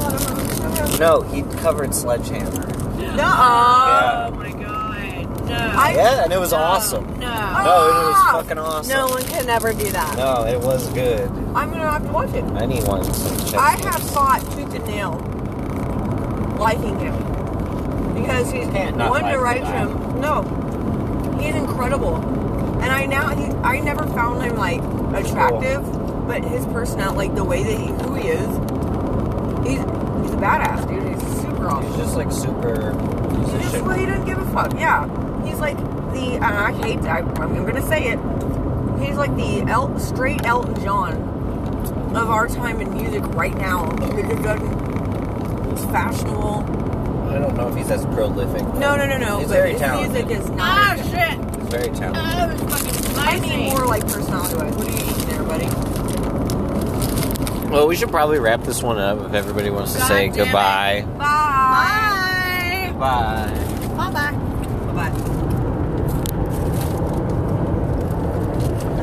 [SPEAKER 2] Watermelon sugar.
[SPEAKER 3] No, he covered Sledgehammer.
[SPEAKER 2] Nuh-uh.
[SPEAKER 1] oh my god. No.
[SPEAKER 2] Um, I- um,
[SPEAKER 3] Yeah, and it was
[SPEAKER 1] no,
[SPEAKER 3] awesome.
[SPEAKER 1] Oh, No.
[SPEAKER 3] No, it was
[SPEAKER 2] Ah!
[SPEAKER 3] fucking awesome.
[SPEAKER 2] No one can ever do that.
[SPEAKER 3] No, it was good.
[SPEAKER 2] I'm gonna have to watch it.
[SPEAKER 3] Anyone can check.
[SPEAKER 2] I have fought tooth and nail liking him because he's
[SPEAKER 3] not
[SPEAKER 2] One
[SPEAKER 3] like
[SPEAKER 2] Direction. No, he's incredible, and I now he, I never found him like attractive, but his personality, like the way that he who he is, he's he's a badass dude. He's super awesome.
[SPEAKER 3] He's just like super
[SPEAKER 2] He just
[SPEAKER 3] musician.
[SPEAKER 2] well, he doesn't give a fuck. Yeah, he's like the and I hate I, I'm gonna say it. He's like the El, straight Elton John of our time in music right now. He just doesn't- He's fashionable.
[SPEAKER 3] I don't know if he's as prolific.
[SPEAKER 2] No, no, no, no.
[SPEAKER 3] He's
[SPEAKER 2] but
[SPEAKER 3] very
[SPEAKER 2] his
[SPEAKER 3] talented.
[SPEAKER 2] music is
[SPEAKER 1] Ah,
[SPEAKER 2] not.
[SPEAKER 1] shit.
[SPEAKER 3] He's very talented.
[SPEAKER 1] That was Oh, fucking
[SPEAKER 2] I mean,
[SPEAKER 1] Ah, amazing.
[SPEAKER 2] more like personality wise. What do you eat there, buddy?
[SPEAKER 3] Well, we should probably wrap this one up if everybody wants to
[SPEAKER 1] God
[SPEAKER 3] say
[SPEAKER 1] damn it.
[SPEAKER 3] goodbye.
[SPEAKER 2] Bye.
[SPEAKER 1] Bye.
[SPEAKER 3] Bye.
[SPEAKER 1] Bye bye.